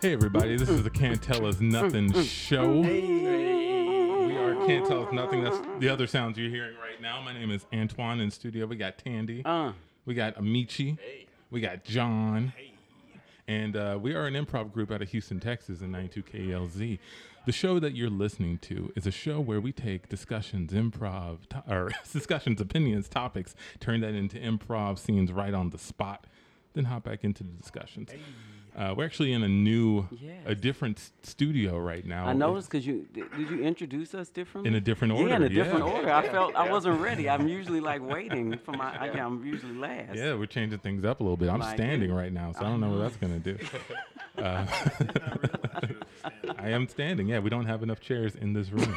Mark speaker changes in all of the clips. Speaker 1: Hey everybody, this is the Can't Tell Us Nothing show. We are Can't Tell Us Nothing. That's the other sounds you're hearing right now. My name is Antoine in studio. We got Tandy.
Speaker 2: Uh,
Speaker 1: We got Amici. We got John. And uh, we are an improv group out of Houston, Texas, in 92KLZ. The show that you're listening to is a show where we take discussions, improv, to- or discussions, opinions, topics, turn that into improv scenes right on the spot, then hop back into the discussions. Uh, we're actually in a new, a
Speaker 2: Yes.
Speaker 1: different s- studio right now.
Speaker 2: I noticed because you did, did you introduce us differently?
Speaker 1: In a different order.
Speaker 2: yeah, in a different
Speaker 1: yeah.
Speaker 2: order. I felt I wasn't ready. I'm usually like waiting for my. I, I'm usually last.
Speaker 1: Yeah, we're changing things up a little bit. I'm
Speaker 2: Like-
Speaker 1: standing right now, so I don't know what that's gonna do. Uh, I am standing. Yeah, we don't have enough chairs in this room.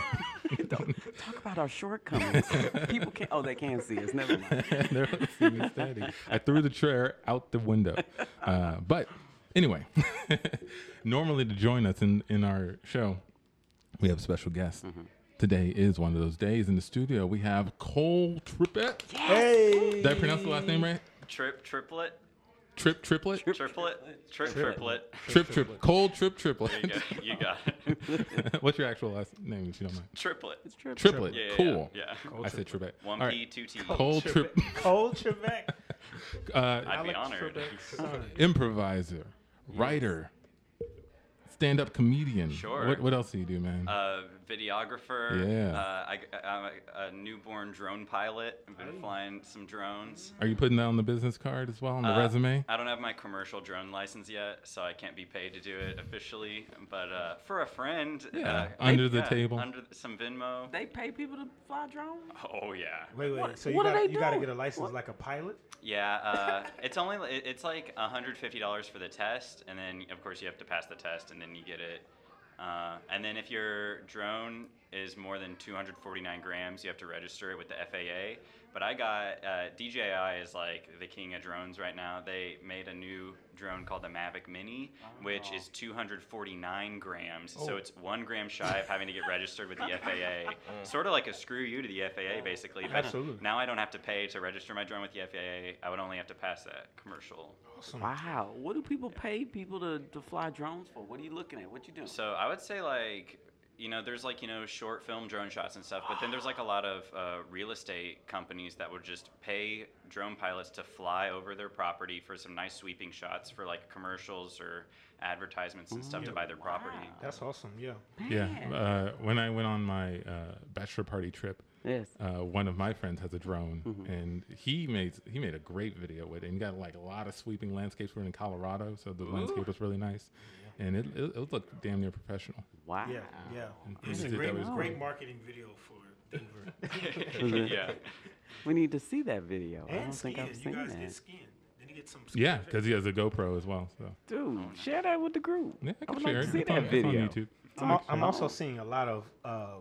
Speaker 2: Talk about our shortcomings. People can't. Oh, they can see us. Never mind.
Speaker 1: They're all seeing me standing. I threw the chair out the window. Uh, but anyway, normally to join us in in our show, we have special guests. Today is one of those days. In the studio, we have Cole Trippett.
Speaker 3: Hey.
Speaker 1: Did I pronounce the last name right?
Speaker 4: Trip triplet,
Speaker 1: Trip Triplet.
Speaker 4: triplet, trip triplet.
Speaker 1: Trip Trip. Cole Trip Triplet.
Speaker 4: You got, you got it.
Speaker 1: What's your actual last name, if you don't mind?
Speaker 4: triplet.
Speaker 2: It's true.
Speaker 1: Triplet.
Speaker 4: Yeah, yeah,
Speaker 1: cool.
Speaker 4: yeah.
Speaker 1: I said Trebek.
Speaker 4: One
Speaker 1: All
Speaker 4: P,
Speaker 1: right.
Speaker 4: two T.
Speaker 1: Cole Trip,
Speaker 3: Cole Trebek.
Speaker 1: uh,
Speaker 4: I'd be
Speaker 3: Alex
Speaker 4: honored.
Speaker 3: Trebek.
Speaker 1: improviser, writer, stand-up comedian.
Speaker 4: Sure.
Speaker 1: What, what else do you do, man?
Speaker 4: Uh, videographer.
Speaker 1: Yeah.
Speaker 4: Uh, I, I'm a, a newborn drone pilot. I've been flying some drones.
Speaker 1: Are you putting that on the business card as well on the
Speaker 4: Uh,
Speaker 1: resume?
Speaker 4: I don't have my commercial drone license yet, so I can't be paid to do it officially. But uh, for a friend,
Speaker 1: Yeah,
Speaker 4: uh,
Speaker 1: under the
Speaker 4: yeah,
Speaker 1: table.
Speaker 4: under th- some Venmo.
Speaker 2: They pay people to fly drones.
Speaker 4: Oh yeah.
Speaker 3: Wait, wait.
Speaker 2: What-
Speaker 3: so you
Speaker 2: what are
Speaker 3: got
Speaker 2: they
Speaker 3: you got to
Speaker 2: doing?
Speaker 3: get a license
Speaker 2: What-
Speaker 3: like a pilot?
Speaker 4: Yeah, uh, it's only li- it- it's like hundred fifty dollars for the test, and then of course you have to pass the test, and then you get it. Uh, and then if your drone is more than two hundred forty nine grams, you have to register it with the FAA. But I got uh, DJI is like the king of drones right now. They made a new drone called the Mavic Mini, which is two hundred forty nine grams, so it's one gram shy of having to get registered with the FAA. Sort of like a screw you to the FAA, basically. but
Speaker 3: Absolutely.
Speaker 4: now I don't have to pay to register my drone with the FAA. I would only have to pass that commercial.
Speaker 2: Wow. What do people pay people to, to fly drones for? What are you looking at? What you doing?
Speaker 4: So I would say like, you know, there's like you know short film drone shots and stuff, but then there's like a lot of uh, real estate companies that would just pay drone pilots to fly over their property for some nice sweeping shots for like commercials or advertisements and stuff to buy their property.
Speaker 3: That's awesome. Yeah.
Speaker 1: yeah.
Speaker 2: Man.
Speaker 1: Uh, when I went on my uh, bachelor party trip,
Speaker 2: yes.
Speaker 1: uh, one of my friends has a drone,
Speaker 4: Mm-hmm.
Speaker 1: and he made he made a great video with it. And he got like a lot of sweeping landscapes. We're in Colorado, so the landscape was really nice, and it, it, it looked damn near professional.
Speaker 2: Wow.
Speaker 3: Yeah. Yeah.
Speaker 1: This
Speaker 3: It's a
Speaker 1: dude, that
Speaker 3: great,
Speaker 1: was
Speaker 3: great marketing video for Denver.
Speaker 4: yeah.
Speaker 2: We need to see that video. I don't
Speaker 3: and
Speaker 2: think
Speaker 3: skin.
Speaker 2: I've
Speaker 3: You
Speaker 2: seen
Speaker 3: guys
Speaker 2: that.
Speaker 3: get skin. Then you get some. Skin
Speaker 1: Yeah, because he has a GoPro as well. So
Speaker 2: Dude, share that with the group.
Speaker 1: yeah, I
Speaker 2: I
Speaker 1: can
Speaker 2: would
Speaker 1: share
Speaker 2: like
Speaker 1: it.
Speaker 2: to see
Speaker 1: It's on-
Speaker 2: that
Speaker 1: it's on
Speaker 2: video.
Speaker 1: YouTube.
Speaker 3: I'm, al- I'm also seeing a lot of uh,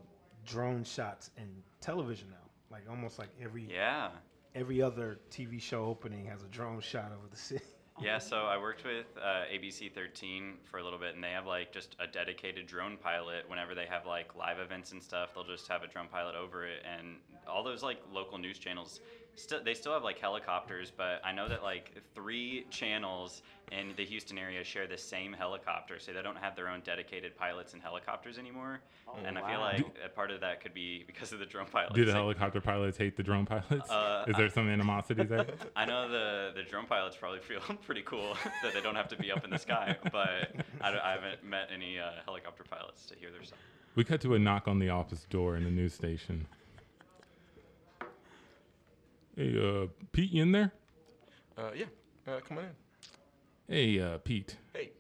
Speaker 3: drone shots in television now. Like almost like every
Speaker 4: Yeah.
Speaker 3: every other TV show opening has a drone shot over the city.
Speaker 4: Yeah, so I worked with uh, ABC 13 for a little bit, and they have like just a dedicated drone pilot. Whenever they have like live events and stuff, they'll just have a drone pilot over it. And all those like local news channels, still they still have like helicopters, but I know that like three channels in the Houston area share the same helicopter, so they don't have their own dedicated pilots and helicopters anymore. and I feel
Speaker 2: wow.
Speaker 4: like a part of that could be because of the drone pilots.
Speaker 1: Do the
Speaker 4: Like,
Speaker 1: helicopter pilots hate the drone pilots?
Speaker 4: Uh,
Speaker 1: Is there some animosity there?
Speaker 4: I know the the drone pilots probably feel pretty cool that they don't have to be up in the sky, but I, don't- I haven't met any uh, helicopter pilots to hear their song.
Speaker 1: we cut to a knock on the office door in the news station. Hey, uh, Pete, you in there?
Speaker 5: Uh, yeah. Uh, come on in.
Speaker 1: Hey, uh, Pete,
Speaker 5: Hey.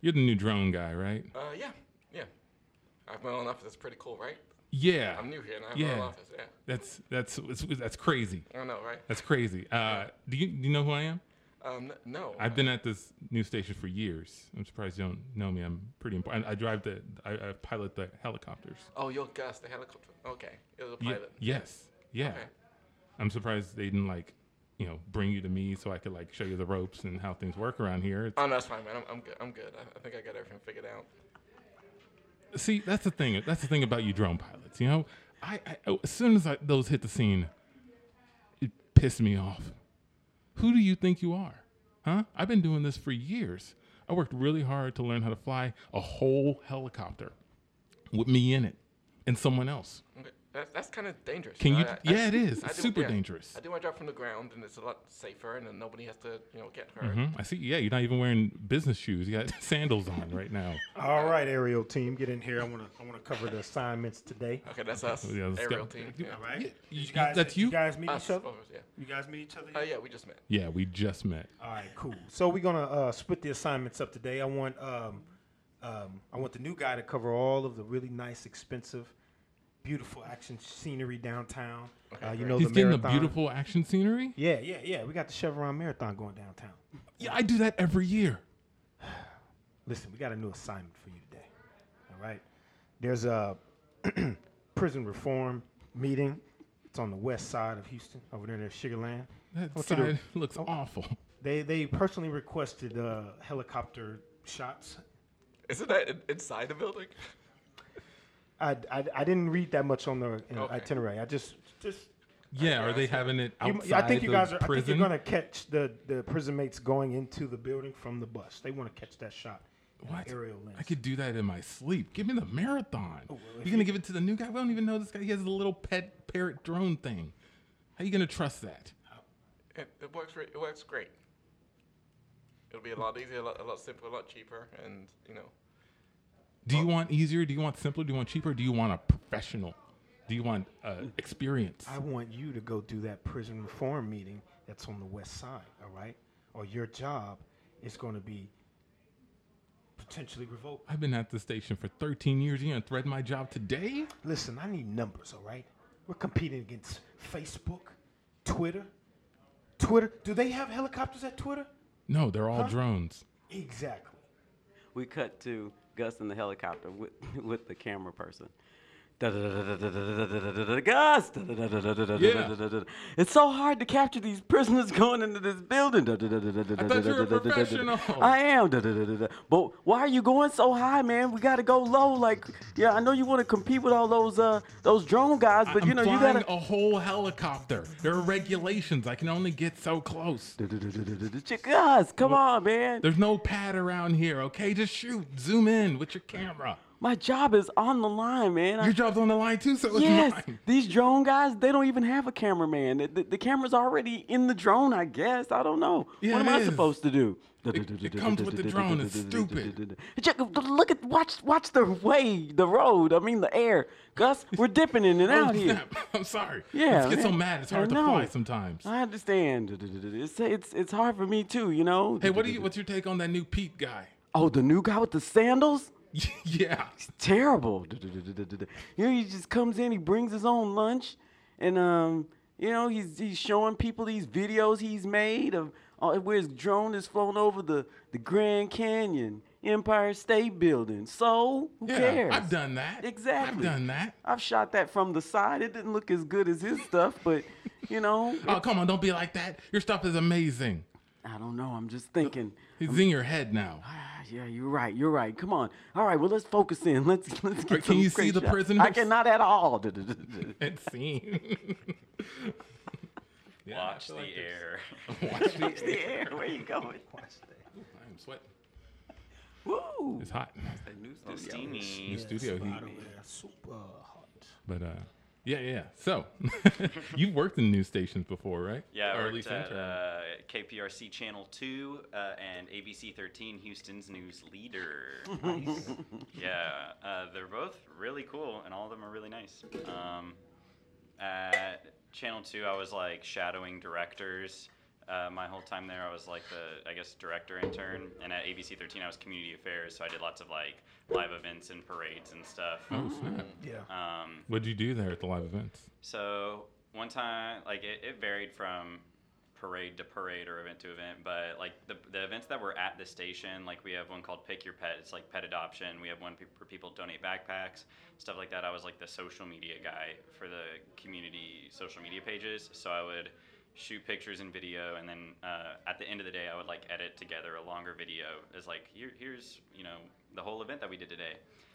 Speaker 1: you're the new drone guy, right?
Speaker 5: Uh, yeah. Yeah. I have my own office. That's pretty cool, right?
Speaker 1: Yeah.
Speaker 5: I'm new here and I have my
Speaker 1: Yeah.
Speaker 5: own office. Yeah.
Speaker 1: That's that's it's, that's crazy.
Speaker 5: I know, right?
Speaker 1: That's crazy. Uh, do you do you know who I am?
Speaker 5: Um, n- no.
Speaker 1: I've been at this news station for years. I'm surprised you don't know me. I'm pretty important. I, I drive the I, I pilot the helicopters.
Speaker 5: Oh, you're Gus, the helicopter. Okay. It was a
Speaker 1: Ye-
Speaker 5: pilot.
Speaker 1: yes. Yeah.
Speaker 5: Okay.
Speaker 1: I'm surprised they didn't like, you know, bring you to me so I could like show you the ropes and how things work around here. It's-
Speaker 5: Oh, no, that's fine, man. I'm, I'm good. I'm good. I, I think I got everything figured out.
Speaker 1: See, that's the thing. That's the thing about you drone pilots. You know, I, I oh, as soon as I, those hit the scene, it pissed me off. Who do you think you are? Huh? I've been doing this for years. I worked really hard to learn how to fly a whole helicopter with me in it and someone else.
Speaker 5: Okay. That's, that's kind of dangerous.
Speaker 1: Can
Speaker 5: know,
Speaker 1: you- yeah, it is. It's super
Speaker 5: yeah.
Speaker 1: dangerous.
Speaker 5: I do my job from the ground, and it's a lot safer, and then nobody has to, you know, get hurt.
Speaker 1: Hmm, I see. Yeah, you're not even wearing business shoes. You got sandals on right now.
Speaker 3: All right, aerial team, get in here. I want to I want to cover the assignments today.
Speaker 5: Okay, that's us.
Speaker 1: Yeah, let's
Speaker 5: aerial
Speaker 1: go.
Speaker 5: team.
Speaker 1: You-
Speaker 5: Yeah.
Speaker 3: All right,
Speaker 1: Yeah, you-
Speaker 3: Did guys,
Speaker 1: that's
Speaker 3: did
Speaker 1: you?
Speaker 3: You guys meet
Speaker 5: Us,
Speaker 3: each other.
Speaker 5: followers, yeah.
Speaker 3: You guys meet each other.
Speaker 5: Oh
Speaker 3: here?
Speaker 5: yeah, we just met.
Speaker 1: Yeah, we just met.
Speaker 3: All right, cool. So we're gonna uh, split the assignments up today. I want um, um, I want the new guy to cover all of the really nice, expensive, beautiful action scenery downtown. uh, you know
Speaker 1: He's
Speaker 3: the
Speaker 1: getting the
Speaker 3: marathon.
Speaker 1: beautiful action scenery.
Speaker 3: Yeah, yeah, yeah. We got the Chevron Marathon going downtown.
Speaker 1: Yeah, I do that every year.
Speaker 3: Listen, we got a new assignment for you today. All right. There's a prison reform meeting. It's on the west side of Houston, over there near Sugar Land.
Speaker 1: That
Speaker 3: I want you to-
Speaker 1: side looks awful.
Speaker 3: They they personally requested uh, helicopter shots.
Speaker 5: Isn't that in- inside the building?
Speaker 3: I, I, I didn't read that much on the you know,
Speaker 5: Okay.
Speaker 3: itinerary. I just just
Speaker 1: Yeah, are they having it
Speaker 3: you-
Speaker 1: outside
Speaker 3: I think you
Speaker 1: the
Speaker 3: guys are I think
Speaker 1: prison?
Speaker 3: you're gonna catch the, the prison mates going into the building from the bus. They want to catch that shot. in an
Speaker 1: What?
Speaker 3: Aerial lens. Oh,
Speaker 1: I could do that in my sleep. Give me the marathon.
Speaker 3: well, if
Speaker 1: You're gonna give it to the new guy? We don't even know this guy. He has a little pet parrot drone thing. How you gonna trust that?
Speaker 5: It, it works. Re- it works great. It'll be a lot easier, a lot, a lot simpler, a lot cheaper, and you know,
Speaker 1: Do you want easier? Do you want simpler? Do you want cheaper? Do you want a professional? Do you want uh, experience?
Speaker 3: I want you to go do that prison reform meeting that's on the west side, all right? Or your job is going to be potentially revoked.
Speaker 1: I've been at the station for 13 years. You're gonna threaten my job today?
Speaker 3: Listen, I need numbers, all right? We're competing against Facebook, Twitter. Twitter, do they have helicopters at Twitter?
Speaker 1: No, they're all
Speaker 3: Huh?
Speaker 1: drones.
Speaker 3: Exactly.
Speaker 2: We cut to Gus in the helicopter with, with the camera person. Gus! It's so hard to capture these prisoners going into this building. I
Speaker 1: thought you were a professional.
Speaker 2: I am. But why are you going so high, man? We gotta go low. Like, yeah, I know you want to compete with all those uh those drone guys, but
Speaker 1: I'm
Speaker 2: you know you
Speaker 1: flying
Speaker 2: gotta.
Speaker 1: a whole helicopter. There are regulations. I can only get so close.
Speaker 2: Gus, come on, man.
Speaker 1: There's no pad around here. Okay, just shoot. Zoom in with your camera.
Speaker 2: My job is on the line, man. I-
Speaker 1: Your job's on the line too, so it's
Speaker 2: Yes,
Speaker 1: mine.
Speaker 2: these drone guys, they don't even have a cameraman. The, the, the camera's already in the drone, I guess. I don't know.
Speaker 1: Yeah,
Speaker 2: what am
Speaker 1: it
Speaker 2: I
Speaker 1: is.
Speaker 2: supposed to do?
Speaker 1: it comes with the drone. It's stupid.
Speaker 2: Check- Look at watch watch the way, the road. I mean the air. Gus, we're dipping in and out
Speaker 1: Oh,
Speaker 2: here.
Speaker 1: snap. I'm sorry.
Speaker 2: Yeah,
Speaker 1: Kids get so
Speaker 2: man.
Speaker 1: mad. It's
Speaker 2: I
Speaker 1: hard to
Speaker 2: know.
Speaker 1: fly sometimes.
Speaker 2: I understand. It's, it's it's hard for me too, you know.
Speaker 1: Hey, what do you? What's your take on that new Pete guy?
Speaker 2: Oh, the new guy with the sandals.
Speaker 1: yeah.
Speaker 2: terrible. You know, he just comes in, he brings his own lunch, and um, you know, he's he's showing people these videos he's made of uh, where his drone is flown over the the Grand Canyon, Empire State Building. So who
Speaker 1: Yeah.
Speaker 2: cares?
Speaker 1: I've done that.
Speaker 2: Exactly.
Speaker 1: I've done that.
Speaker 2: I've shot that from the side. It didn't look as good as his stuff, but you know,
Speaker 1: Oh, come on! Don't be like that. Your stuff is amazing.
Speaker 2: I don't know. I'm just thinking.
Speaker 1: It's in your head now.
Speaker 2: Ah, Yeah, you're right. You're right. Come on. All right. Well, let's focus in. Let's let's get.
Speaker 1: right, can
Speaker 2: some
Speaker 1: you see
Speaker 2: great
Speaker 1: the
Speaker 2: shots. I
Speaker 1: prisoners?
Speaker 2: cannot at all.
Speaker 1: It's seen. Yeah, I
Speaker 4: Watch the
Speaker 1: feel like there's-
Speaker 4: air.
Speaker 1: Watch the air.
Speaker 2: Yeah, where you going?
Speaker 1: I'm sweating.
Speaker 2: Woo!
Speaker 1: It's hot.
Speaker 2: Oh,
Speaker 4: It's steamy.
Speaker 1: New studio heat.
Speaker 3: Out over there, super hot.
Speaker 1: But uh, yeah, yeah. So you've worked in news stations before, right?
Speaker 4: Yeah, I
Speaker 1: or at
Speaker 4: worked
Speaker 1: least
Speaker 4: at
Speaker 1: intern.
Speaker 4: uh, KPRC Channel 2 uh, and ABC 13, Houston's news leader. yeah, uh, they're both really cool, and all of them are really nice. Um, at Channel 2, I was like shadowing directors. Uh, my whole time there, I was like the, I guess, director intern. And at ABC 13, I was community affairs, so I did lots of like live events and parades and stuff.
Speaker 1: Oh
Speaker 4: Mm.
Speaker 1: snap!
Speaker 3: Yeah.
Speaker 4: Um,
Speaker 1: What did you do there at the live events?
Speaker 4: so one time, like it, it varied from parade to parade or event to event, but like the, the events that were at the station, like we have one called Pick Your Pet. It's like pet adoption. We have one pe- where people donate backpacks, stuff like that. I was like the social media guy for the community social media pages. So I would shoot pictures and video, and then uh, at the end of the day, I would like edit together a longer video. It's like here, here's you know the whole event that we did today.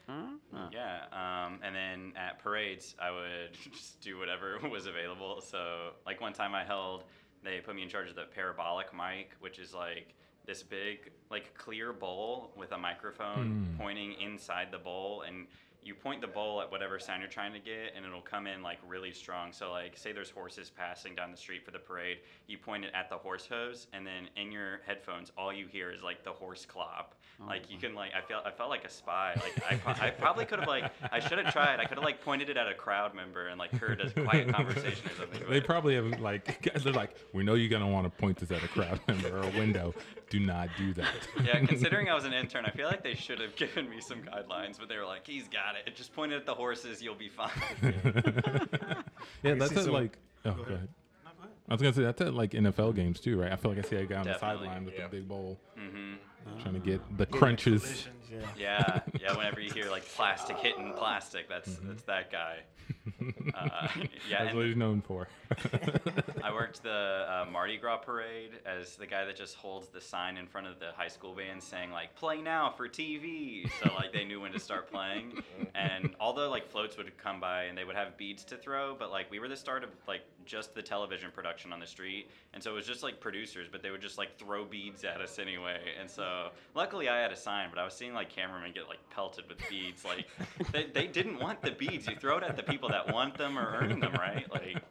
Speaker 2: Mm-hmm.
Speaker 4: Yeah, um, and then at parades, I would just do whatever was available. So, like one time I held, they put me in charge of the parabolic mic, which is like this big like clear bowl with a microphone pointing inside the bowl and you point the bowl at whatever sound you're trying to get and it'll come in like really strong so like say there's horses passing down the street for the parade you point it at the horse hooves and then in your headphones all you hear is like the horse clop like you can like i felt i felt like a spy like i, pro- I probably could have like i should have tried i could have like pointed it at a crowd member and like heard a quiet conversation or something
Speaker 1: They
Speaker 4: but-
Speaker 1: probably have like guys. They're like, we know you're gonna want to point this at a crowd member or a window. Do not do that.
Speaker 4: Yeah, considering I was an intern, I feel like they should have given me some guidelines, but they were like, "He's got it. Just point it at the horses. You'll be fine."
Speaker 1: yeah, that's
Speaker 3: see
Speaker 1: it.
Speaker 3: some-
Speaker 1: Like, oh, go ahead. I was gonna say that's at like NFL games too, right? I feel like I see a guy on
Speaker 4: Definitely, Mm-hmm.
Speaker 1: the sideline with
Speaker 5: yeah.
Speaker 1: the big bowl, trying to get the crunches.
Speaker 3: Yeah.
Speaker 4: yeah, yeah. Whenever you hear like plastic hitting plastic, that's that's that guy. Uh, yeah,
Speaker 1: That's what
Speaker 4: and
Speaker 1: he's known for.
Speaker 4: I worked the uh, Mardi Gras parade as the guy that just holds the sign in front of the high school band saying like "Play now for TV," so like they knew when to start playing. And although like floats would come by and they would have beads to throw, but like we were the start of like just the television production on the street, and so it was just like producers, but they would just like throw beads at us anyway. And so luckily I had a sign, but I was seeing like cameramen get like pelted with beads. Like they, they didn't want the beads. You throw it at the people that want them or earn them, right? Like.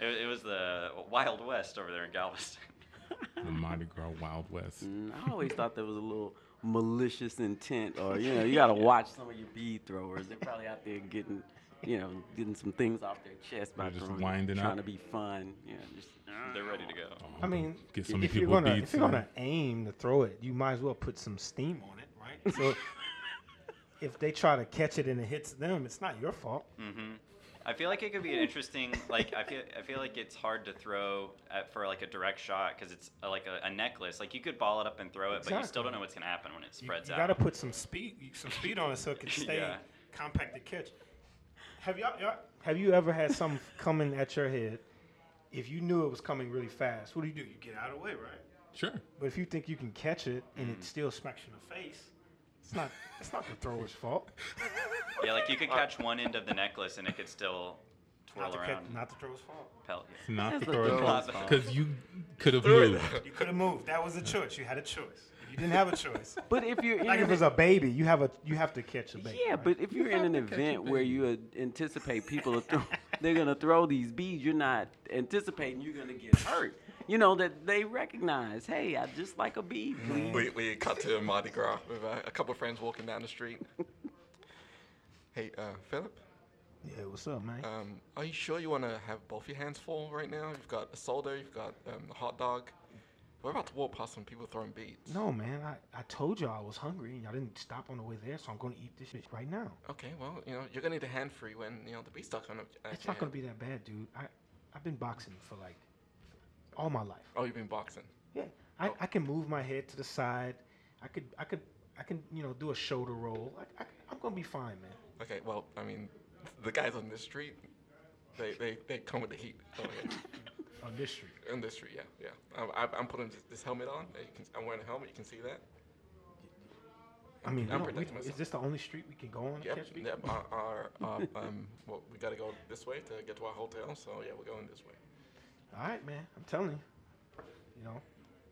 Speaker 4: It, it was the Wild West over there in Galveston.
Speaker 1: the Mardi Gras Wild West.
Speaker 2: Mm, I always thought there was a little malicious intent, or you know, you gotta watch some of your bead throwers. They're probably out there getting, you know, getting some things off their chest by
Speaker 1: They're just
Speaker 2: throwing,
Speaker 1: winding
Speaker 2: trying
Speaker 1: up.
Speaker 2: to be fun. Yeah, just
Speaker 4: They're ready to go.
Speaker 3: I mean,
Speaker 1: Get so
Speaker 3: i-
Speaker 1: many
Speaker 3: if, you're
Speaker 1: people
Speaker 3: gonna,
Speaker 1: beats
Speaker 3: if you're
Speaker 1: and-
Speaker 3: gonna aim to throw it, you might as well put some steam on it, right? So if they try to catch it and it hits them, it's not your fault.
Speaker 4: Mm. I feel like it could be an interesting. Like I feel, I feel like it's hard to throw at, for like a direct shot because it's uh like a, a necklace. Like you could ball it up and throw it, but you still
Speaker 3: Exactly.
Speaker 4: don't know what's gonna happen when it
Speaker 3: You,
Speaker 4: spreads
Speaker 3: you
Speaker 4: out.
Speaker 3: gotta put some speed, some speed on it so it can stay
Speaker 4: Yeah.
Speaker 3: compact to catch. Have y'all, y'all, have you ever had something coming at your head? If you knew it was coming really fast, what do you do? You get out of the way, right?
Speaker 1: Sure.
Speaker 3: But if you think you can catch it and it still smacks you in the face, it's not it's not the thrower's fault.
Speaker 4: yeah, like you could catch one end of the necklace and it could still twirl
Speaker 3: Not the,
Speaker 4: around.
Speaker 3: catch, not the thrower's fault.
Speaker 4: Pelt you.
Speaker 1: It's not the
Speaker 2: That's a
Speaker 1: Gras
Speaker 4: dog's fault.
Speaker 1: because you could have
Speaker 5: Threw it.
Speaker 1: moved.
Speaker 3: You could have moved. That was a choice. You had a choice. If you didn't have a choice,
Speaker 2: But if you're in
Speaker 3: like if
Speaker 2: an- e
Speaker 3: it's a baby, you have a you have to catch a baby.
Speaker 2: yeah,
Speaker 3: right?
Speaker 2: but if you're in an event where you uh, anticipate people are throw, they're gonna throw these beads, you're not anticipating you're gonna get hurt. You know that they recognize, hey, I just like a bead,
Speaker 1: Mm-hmm.
Speaker 2: please.
Speaker 5: We, we cut to Mardi Gras with uh, a couple of friends walking down the street. hey, uh, Philip,
Speaker 3: yeah, what's up, man?
Speaker 5: um, are you sure you want to have both your hands full right now? You've got a soda, you've got um, a hot dog. We're about to walk past some people throwing beads.
Speaker 3: no, man. I, I told y'all I was hungry and y'all didn't stop on the way there, so I'm gonna eat this shit right now.
Speaker 5: Okay, well, you know, you're gonna need a hand free when you know the beats start coming up. at
Speaker 3: It's
Speaker 5: your
Speaker 3: not gonna
Speaker 5: hand.
Speaker 3: be that bad, dude. I I've been boxing for like all my life.
Speaker 5: Oh, you've been boxing.
Speaker 3: Yeah, I, I can move my head to the side. I could I could I can you know do a shoulder roll. I, I, I'm gonna be fine, man.
Speaker 5: Okay, well, I mean, the guys on this street, they they, they come with the heat. Oh, yeah.
Speaker 3: On this street.
Speaker 5: on this street, yeah, yeah. I'm, I'm- I'm putting this- this helmet on. You can, I'm wearing a helmet. You can see that.
Speaker 3: I mean,
Speaker 5: I'm
Speaker 3: no, we-
Speaker 5: protecting
Speaker 3: is
Speaker 5: myself.
Speaker 3: this the only street we can go on? to
Speaker 5: Yep.
Speaker 3: catch people?
Speaker 5: yep our, our, uh, um, well, we gotta go this way to get to our hotel. So yeah, we're going this way.
Speaker 3: All right, man. I'm telling you. You know,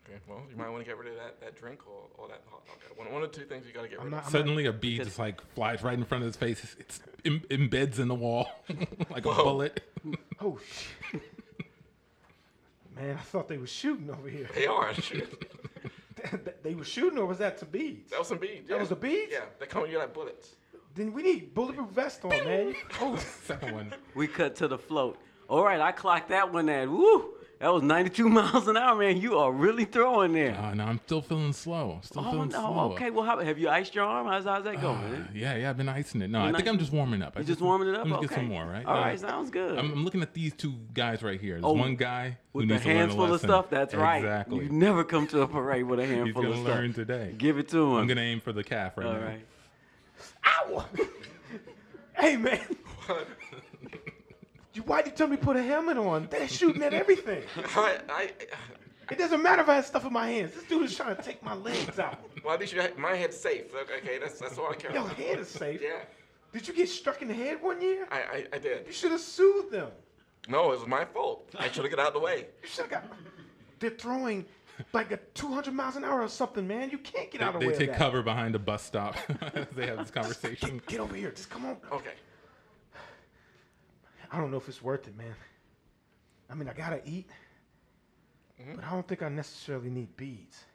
Speaker 5: Okay. Well, you might want to get rid of that, that drink or, or that hot dog. One, one of two things you gotta get
Speaker 3: I'm
Speaker 5: rid
Speaker 3: not-
Speaker 5: of.
Speaker 1: Suddenly, a bead just like flies right in front of his face. It's, it's Im- embeds in the wall like a
Speaker 5: Whoa.
Speaker 1: bullet.
Speaker 3: oh shit. man, I thought they were shooting over here.
Speaker 5: They are. Shoot.
Speaker 3: they were shooting, or was that to beads?
Speaker 5: that was some beads.
Speaker 3: That
Speaker 5: yeah.
Speaker 3: was the beads?
Speaker 5: Yeah. They're coming. You like bullets.
Speaker 3: Then we need bulletproof vest on, man.
Speaker 1: Oh, second one.
Speaker 2: We cut to the float. All right, I clocked that one at woo. That was 92 miles an hour, man. You are really throwing there.
Speaker 1: Uh, no, I'm still feeling slow. I'm Still
Speaker 2: Oh
Speaker 1: feeling
Speaker 2: no.
Speaker 1: slow.
Speaker 2: Okay. Well, how, have you iced your arm? How's, how's that going?
Speaker 1: Uh,
Speaker 2: man?
Speaker 1: yeah, yeah, I've been icing it. No, I think
Speaker 2: icing
Speaker 1: I'm just warming up. I
Speaker 2: You just warming it up.
Speaker 1: I'm just
Speaker 2: okay.
Speaker 1: get some more, right?
Speaker 2: All
Speaker 1: Uh,
Speaker 2: right, sounds good.
Speaker 1: I'm, I'm looking at these two guys right here. There's
Speaker 2: Oh,
Speaker 1: one guy who
Speaker 2: with the
Speaker 1: needs to learn
Speaker 2: hands
Speaker 1: a
Speaker 2: full of
Speaker 1: lesson.
Speaker 2: stuff. That's right.
Speaker 1: Exactly.
Speaker 2: You never come to a parade with a
Speaker 1: He's
Speaker 2: handful
Speaker 1: gonna
Speaker 2: of stuff.
Speaker 1: learn today.
Speaker 2: Give it to him.
Speaker 1: I'm gonna aim for the calf right
Speaker 2: All
Speaker 1: now.
Speaker 2: right.
Speaker 3: Ow! hey, man. You- Why'd you tell me to put a helmet on? They're shooting at everything.
Speaker 5: I, I,
Speaker 3: It doesn't matter if I have stuff in my hands. This dude is trying to take my legs out.
Speaker 5: well, at least you had, my head's safe. Look, Okay, that's that's all I care
Speaker 3: Your
Speaker 5: about.
Speaker 3: head is safe.
Speaker 5: Yeah,
Speaker 3: Did you get struck in the head one year?
Speaker 5: I, I, I
Speaker 3: You
Speaker 5: did.
Speaker 3: should have sued them.
Speaker 5: No, it was my fault. I should have got out of the way.
Speaker 3: You should have got. They're throwing like a 200 miles an hour or something, man. You can't get out of the
Speaker 1: They
Speaker 3: way.
Speaker 1: take
Speaker 3: of that.
Speaker 1: cover behind a bus stop as they have this conversation.
Speaker 3: Get, get over here. Just come on.
Speaker 5: Okay.
Speaker 3: I don't know if it's worth it, man. I mean, I gotta eat,
Speaker 2: Mm-hmm.
Speaker 3: but I don't think I necessarily need beads.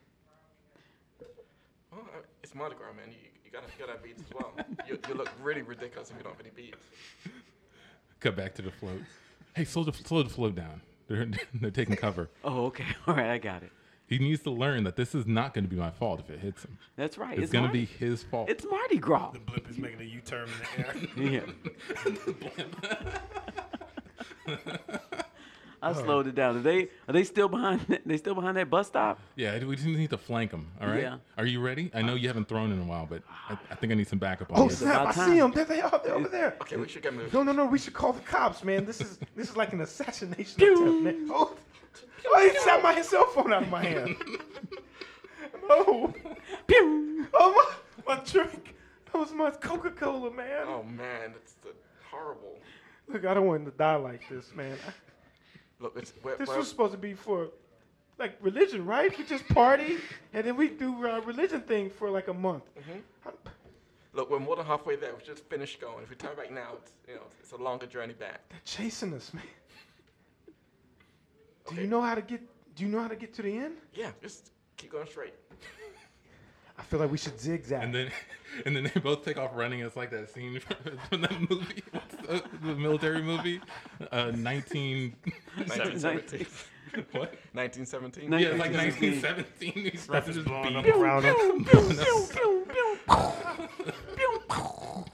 Speaker 5: Well, I- it's Mardi Gras, man. You, you gotta you gotta have beads as well. you, you look really ridiculous if you don't have any beads.
Speaker 1: Cut back to the float. Hey, slow the, slow the float down. They're, they're taking cover.
Speaker 2: Oh, okay. All right, I got it.
Speaker 1: He needs to learn that this is not going to be my fault if it hits him.
Speaker 2: That's right.
Speaker 1: It's,
Speaker 2: It's,
Speaker 1: going to be
Speaker 2: Mardi-
Speaker 1: his fault.
Speaker 2: It's Mardi Gras.
Speaker 3: Blip is making a U-turn in the air.
Speaker 2: Yeah. I slowed it down. Are they are they still behind? They still behind that bus stop?
Speaker 1: yeah, we just need to flank him. All right.
Speaker 2: Yeah.
Speaker 1: Are you ready? I know you haven't thrown in a while, but I, I think I need some backup on
Speaker 3: oh
Speaker 1: this.
Speaker 3: snap! I
Speaker 2: about
Speaker 3: see
Speaker 2: time.
Speaker 3: them. There they are. They're over there.
Speaker 5: Okay, we should get moving.
Speaker 3: No, no, no. We should call the cops, man. This is this is like an assassination attempt, man. Oh, oh he shot my cell phone out of my hand. no.
Speaker 2: Pew!
Speaker 3: Oh my, my drink. That was my Coca-Cola, man.
Speaker 5: Oh man, it's the horrible.
Speaker 3: Look, I don't want to die like this, man.
Speaker 5: Look, it's, we're,
Speaker 3: This
Speaker 5: we're-
Speaker 3: was supposed to be for like religion, right? We just party and then we do our religion thing for like a month. I-
Speaker 5: look, we're more than halfway there. We should just finish going. If we turn back now, it's, you know, it's a longer journey back.
Speaker 3: They're chasing us, man. Do you know how to get? Do you know how to get to the end?
Speaker 5: Yeah, just keep going straight.
Speaker 3: I feel like we should zigzag.
Speaker 1: And then, and then they both take off running. It's like that scene from, from that movie, What's the, the military movie, uh, nineteen.
Speaker 4: Seven, seven.
Speaker 5: 1917.
Speaker 1: what?
Speaker 5: 1917.
Speaker 1: Yeah, it's like
Speaker 2: Nineteen
Speaker 1: nineteen
Speaker 2: seventeen.
Speaker 1: seventeen. These stuff is just
Speaker 3: blowing up
Speaker 1: beat.
Speaker 3: around us.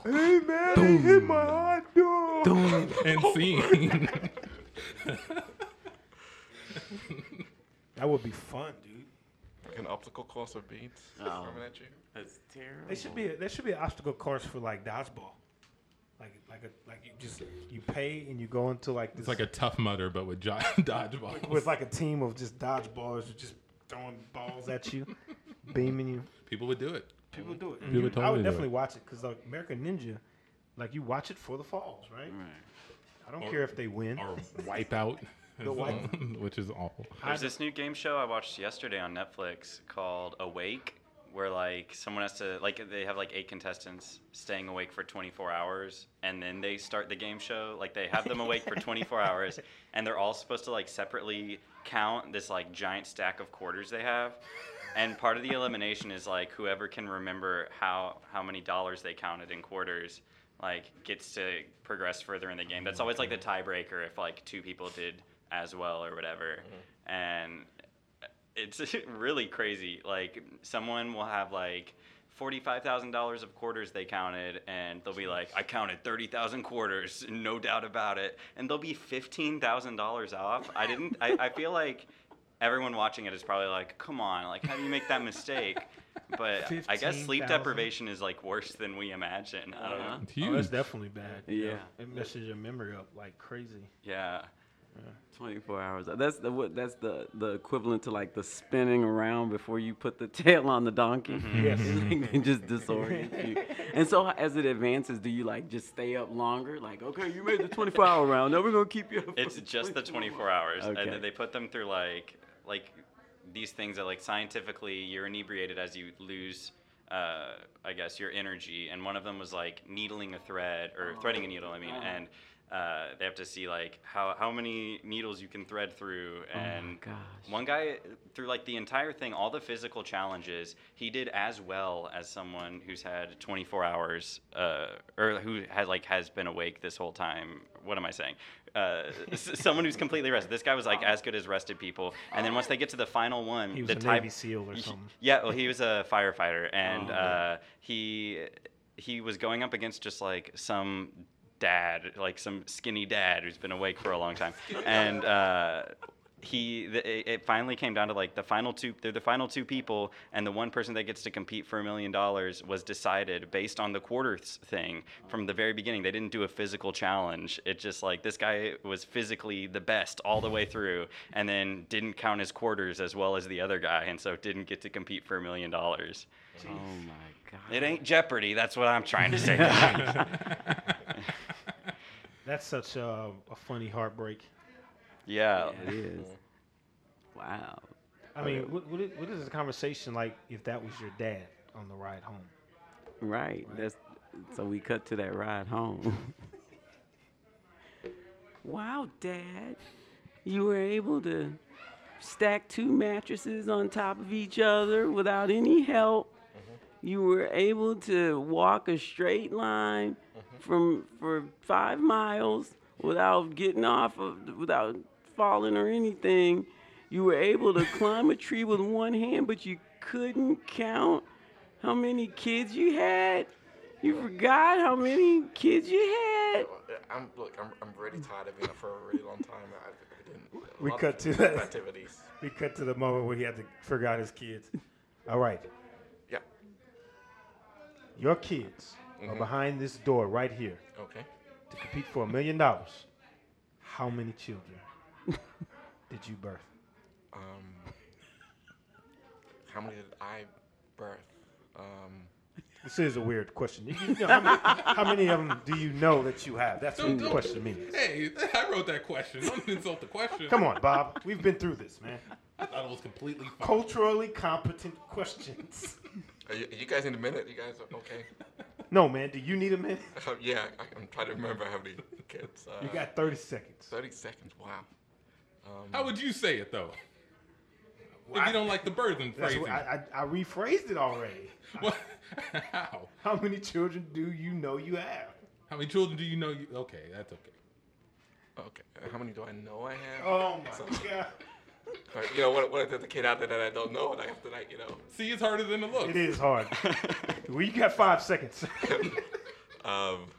Speaker 3: Hey man, they hit my hot dog.
Speaker 1: and
Speaker 3: Oh
Speaker 1: scene.
Speaker 3: That would be fun, dude.
Speaker 5: Like an obstacle course with beads
Speaker 2: Oh.
Speaker 5: coming at you.
Speaker 2: That's terrible.
Speaker 3: There should be a, there should be an obstacle course for like dodgeball, like like a like you just you pay and you go into like this
Speaker 1: it's like a tough mutter, but with jo- dodgeballs.
Speaker 3: with like a team of just dodgeballers who just throwing balls at you, beaming you.
Speaker 1: people would do it.
Speaker 3: People do it.
Speaker 1: People
Speaker 3: I
Speaker 1: totally do
Speaker 3: would
Speaker 1: it.
Speaker 3: definitely watch it because like American Ninja, like you watch it for the falls, right? I don't care if they win.
Speaker 1: Or wipeout,
Speaker 3: The wipe-
Speaker 1: which is awful.
Speaker 4: There's this new game show I watched yesterday on Netflix called Awake, where like someone has to like they have like eight contestants staying awake for 24 hours, and then they start the game show. Like they have them awake for 24 hours, and they're all supposed to like separately count this like giant stack of quarters they have. And part of the elimination is like whoever can remember how how many dollars they counted in quarters, like gets to progress further in the game. That's always like the tiebreaker if like two people did as well or whatever. And it's really crazy. Like someone will have like forty-five thousand dollars of quarters they counted, and they'll be like, "I counted thirty thousand quarters, no doubt about it," and they'll be fifteen thousand dollars off. I didn't. I, I feel like everyone watching it is probably like, "Come on, like how do you make that mistake?" But I guess sleep
Speaker 3: 15,000?
Speaker 4: deprivation is like worse than we imagine. I don't know.
Speaker 1: It's
Speaker 3: Oh, that's
Speaker 1: huge.
Speaker 3: definitely bad.
Speaker 2: Yeah.
Speaker 3: It messes your memory up like crazy.
Speaker 4: Yeah.
Speaker 2: 24 hours. That's the what that's the the equivalent to like the spinning around before you put the tail on the donkey.
Speaker 3: Mm-hmm. Yes.
Speaker 2: Like, they just disorient you. And so as it advances, do you like just stay up longer? Like, okay, you made the 24 hour round. Now we're gonna keep you up. for
Speaker 4: It's just the 24 hours, and
Speaker 2: Okay.
Speaker 4: then they put them through like like these things that like scientifically you're inebriated as you lose. Uh, I guess your energy, and one of them was like needling a thread or threading a needle. I mean, and uh, they have to see like how how many needles you can thread through. And
Speaker 2: gosh.
Speaker 4: one guy through like the entire thing, all the physical challenges, he did as well as someone who's had 24 hours uh, or who had like has been awake this whole time. What am I saying? Uh, s- someone who's completely rested. This guy was like as good as rested people. And then once they get to the final one,
Speaker 3: He was
Speaker 4: the
Speaker 3: a
Speaker 4: tie-
Speaker 3: Navy SEAL or something.
Speaker 4: yeah, well, he was a firefighter, and uh, he he was going up against just like some dad, like some skinny dad who's been awake for a long time, and. Uh, he the, it- it finally came down to like the final two they're the final two people and the one person that gets to compete for a million dollars was decided based on the quarters thing from the very beginning they didn't do a physical challenge it just like this guy was physically the best all the way through and then didn't count his quarters as well as the other guy and so didn't get to compete for a million dollars
Speaker 2: Oh my god.
Speaker 4: it ain't jeopardy that's what i'm trying to say guys.
Speaker 3: That's such a, a funny heartbreak.
Speaker 4: yeah
Speaker 2: It is. Wow.
Speaker 1: Oh,
Speaker 3: I mean, what, what, is, what is this conversation like if that was your dad on the ride home?
Speaker 2: Right. That's so we cut to that ride home. wow, Dad, you were able to stack two mattresses on top of each other without any help. You were able to walk a straight line from for five miles without getting off of without falling or anything. You were able to climb a tree with one hand, but you couldn't count how many kids you had. You forgot how many kids you had.
Speaker 5: I'm look. I'm, I'm really tired of being up for a really long time. I, I didn't. a
Speaker 3: We
Speaker 5: lot of
Speaker 3: cut to
Speaker 5: physical
Speaker 3: that.
Speaker 5: activities.
Speaker 3: We cut to the moment where he had to figure out his kids. All right,
Speaker 5: Yeah.
Speaker 3: your kids
Speaker 1: Mm-hmm.
Speaker 3: are behind this door right here
Speaker 5: Okay.
Speaker 3: to compete for a million dollars. How many children did you birth?
Speaker 5: Um. How many did I birth? Um.
Speaker 3: This is a weird question. You- you know, how, many, how many of them do you know that you have? That's what the
Speaker 1: don't-
Speaker 3: question means.
Speaker 1: Hey, I wrote that question. Don't insult the question.
Speaker 3: Come on, Bob. We've been through this, man.
Speaker 1: I thought it was completely fine.
Speaker 3: Culturally competent questions.
Speaker 5: Are you, are you guys in a minute? You guys are okay?
Speaker 3: No, man. Do you need a minute?
Speaker 5: Uh, yeah, I, I'm trying to remember how many kids. Uh,
Speaker 3: You got 30 seconds.
Speaker 5: 30 seconds. Wow. Um,
Speaker 1: How would you say it though? If you don't like the birthing
Speaker 3: That's
Speaker 1: phrasing.
Speaker 3: what, I, I, I rephrased it already.
Speaker 1: What- How?
Speaker 3: How many children do you know you have?
Speaker 1: How many children do you know? You okay? That's okay.
Speaker 5: okay. uh, How many do I know I have?
Speaker 3: Oh
Speaker 5: So,
Speaker 3: my god.
Speaker 5: uh, you know, what, what if there's a kid out there that I don't know and I have to, like, you know.
Speaker 1: See, it's harder than it looks.
Speaker 3: It is hard. well, you got five seconds.
Speaker 5: Um,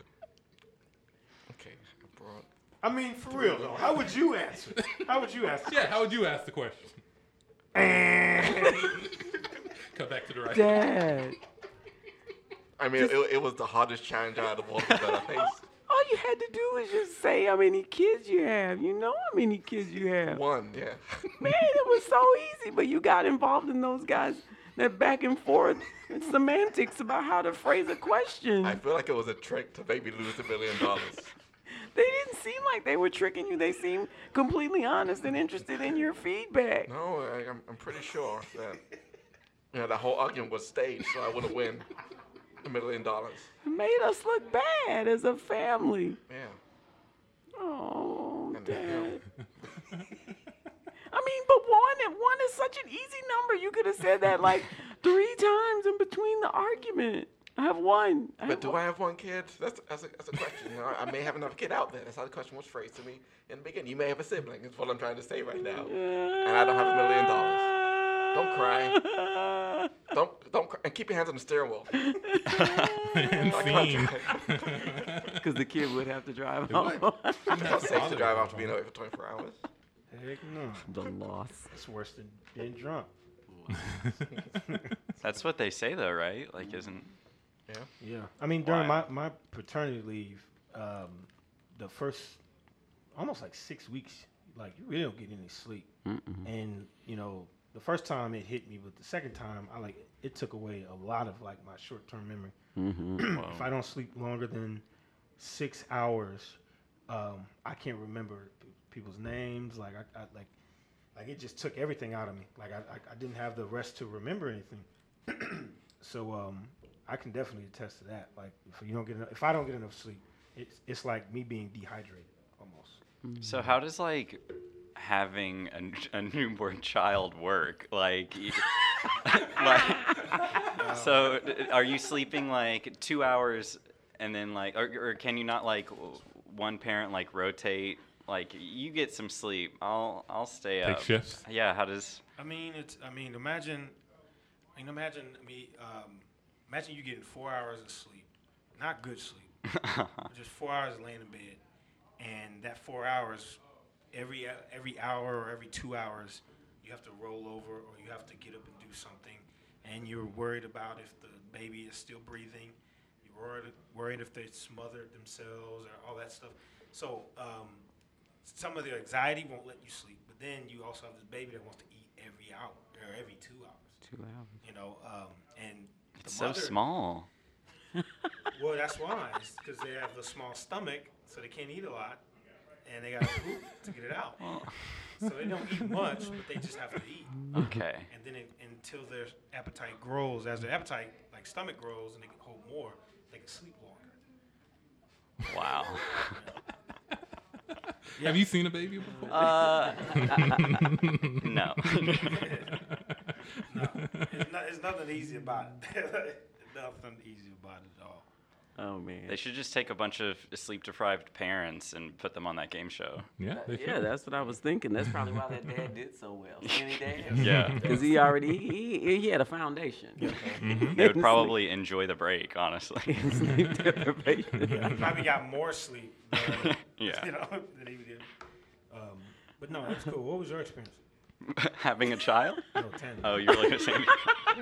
Speaker 5: okay. I brought.
Speaker 3: I mean, for real though, how would you answer? How would you answer?
Speaker 1: Yeah. How would you ask the question? Cut back to the right.
Speaker 2: Dad,
Speaker 5: I mean, it, it was the hardest challenge out of all of them that I faced.
Speaker 2: all you had to do was just say how many kids you have. You know how many kids you have.
Speaker 5: One, yeah.
Speaker 2: Man, it was so easy, but you got involved in those guys that back and forth semantics about how to phrase a question.
Speaker 5: I feel like it was a trick to make me lose a million dollars.
Speaker 2: They didn't seem like they were tricking you. They seemed completely honest and interested in your feedback.
Speaker 5: No, I, I'm, I'm pretty sure that you know, that whole argument was staged so I wouldn't win a million dollars.
Speaker 2: It made us look bad as a family.
Speaker 5: Yeah.
Speaker 2: Oh,
Speaker 5: And, you know,
Speaker 2: Dad. I mean, but one and one is such an easy number. You could have said that like three times in between the argument. I have one. I
Speaker 5: But
Speaker 2: have
Speaker 5: do
Speaker 2: one.
Speaker 5: I have one kid? That's that's a, that's a question. You know, I, I may have another kid out there. That's how the question was phrased to me in the beginning. You may have a sibling. Is what I'm trying to say right now. And I don't have a million dollars. Don't cry.
Speaker 2: cry.
Speaker 5: Don't don't cry. And keep your hands on the steering wheel.
Speaker 1: And
Speaker 5: Like,
Speaker 1: scene.
Speaker 2: Because the kid would have to drive
Speaker 1: would.
Speaker 2: home.
Speaker 5: It's not safe to drive after being away for 24 hours.
Speaker 3: Heck no.
Speaker 2: the loss.
Speaker 3: It's worse than being drunk.
Speaker 4: That's what they say though, right? Like, isn't
Speaker 5: Yeah.
Speaker 3: Yeah. I mean, during
Speaker 4: Why?
Speaker 3: my, my paternity leave, um, the first almost like six weeks, like you really don't get any sleep. And, you know, the first time it hit me, but the second time, I like it took away a lot of like my short term memory.
Speaker 2: Mm-hmm.
Speaker 3: if I don't sleep longer than six hours, um, I can't remember p- people's names. Like I, I like, like it just took everything out of me. Like I, I, I didn't have the rest to remember anything. so um, I can definitely attest to that. Like if you don't get enough, if I don't get enough sleep, it's it's like me being dehydrated almost.
Speaker 4: so? How does like having a, n- a newborn child work? Like, y- like so d- are you sleeping like two hours and then like, or, or can you not like w- one parent like rotate? Like, you get some sleep. I'll I'll stay
Speaker 1: Take
Speaker 4: up.
Speaker 1: shifts?
Speaker 4: Yeah. How does?
Speaker 6: I mean, it's. I mean, imagine. I mean, imagine me. Um, imagine you getting four hours of sleep, not good sleep, just four hours laying in bed, and that four hours, every every hour or every two hours, you have to roll over or you have to get up and do something, and you're worried about if the baby is still breathing, you're worried, worried if they smothered themselves or all that stuff. So um, some of the anxiety won't let you sleep, but then you also have this baby that wants to eat every hour or every two hours.
Speaker 2: Two hours.
Speaker 6: You know, um, and the
Speaker 4: It's so
Speaker 6: mother-
Speaker 4: small.
Speaker 6: Well, that's why, because they have a small stomach, so they can't eat a lot, and they got to poop to get it out.
Speaker 3: so they don't eat much, but they just have to eat.
Speaker 4: Okay.
Speaker 3: And then it, until their appetite grows, as their appetite, like stomach grows, and they can hold more, they can sleep longer.
Speaker 4: Wow.
Speaker 1: Have you seen a baby before?
Speaker 4: Uh, no.
Speaker 3: There's, no, there's nothing easy about it. nothing easy about it at all.
Speaker 2: Oh
Speaker 4: they
Speaker 2: man.
Speaker 4: should just take a bunch of sleep deprived parents and put them on that game show.
Speaker 1: yeah, they
Speaker 2: Yeah,
Speaker 1: should.
Speaker 2: that's what I was thinking. That's probably why that dad did so well. Skinny dad.
Speaker 4: Yeah.
Speaker 2: Because he already he, he, he had a foundation.
Speaker 4: They would probably enjoy the break, honestly.
Speaker 2: Sleep deprivation.
Speaker 3: He probably got more sleep. Than,
Speaker 4: Yeah.
Speaker 3: You know, than he did. Um, but no, that's cool. What was your experience?
Speaker 4: Having a child?
Speaker 3: No, ten.
Speaker 4: Oh, you're looking at same.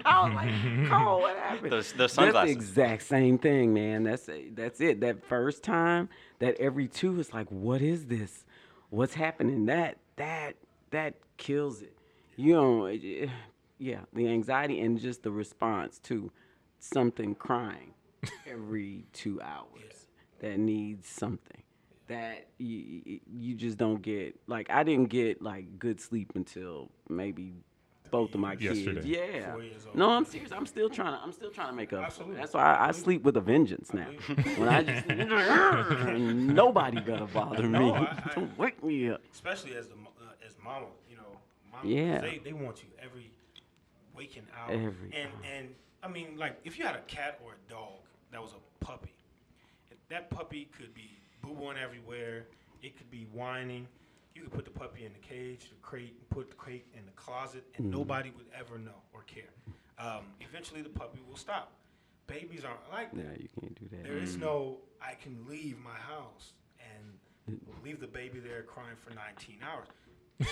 Speaker 2: I was like, Carl, what happened?
Speaker 4: Those, those
Speaker 2: That's the
Speaker 4: sunglasses.
Speaker 2: exact same thing, man. That's that's it. That first time, that every two is like, what is this? What's happening? That that that kills it. You know, it- it- yeah, the anxiety and just the response to something crying every two hours that needs something that you you just don't get. Like I didn't get like good sleep until maybe both of my kids.
Speaker 1: Yesterday.
Speaker 2: Yeah.
Speaker 3: Four years old.
Speaker 2: No, I'm serious. I'm still trying to. I'm still trying to make up. for it.
Speaker 3: Absolutely.
Speaker 2: That's why I, I sleep with a vengeance now. when I just nobody better bother me.
Speaker 3: No, I- I-
Speaker 2: Don't wake me up.
Speaker 3: Especially as the mo- uh, as mama, you know, mama, 'cause
Speaker 2: Yeah.
Speaker 3: they they want you every waking hour.
Speaker 2: Every
Speaker 3: and
Speaker 2: hour.
Speaker 3: and I mean, like if you had a cat or a dog that was a puppy, that puppy could be boo-booing everywhere. It could be whining. You could put the puppy in the cage, the crate, put the crate in the closet, and
Speaker 2: Mm-hmm.
Speaker 3: nobody would ever know or care. Um, eventually, the puppy will stop. Babies aren't like that.
Speaker 2: No, you can't do that.
Speaker 3: There is no I can leave my house and leave the baby there crying for 19 hours.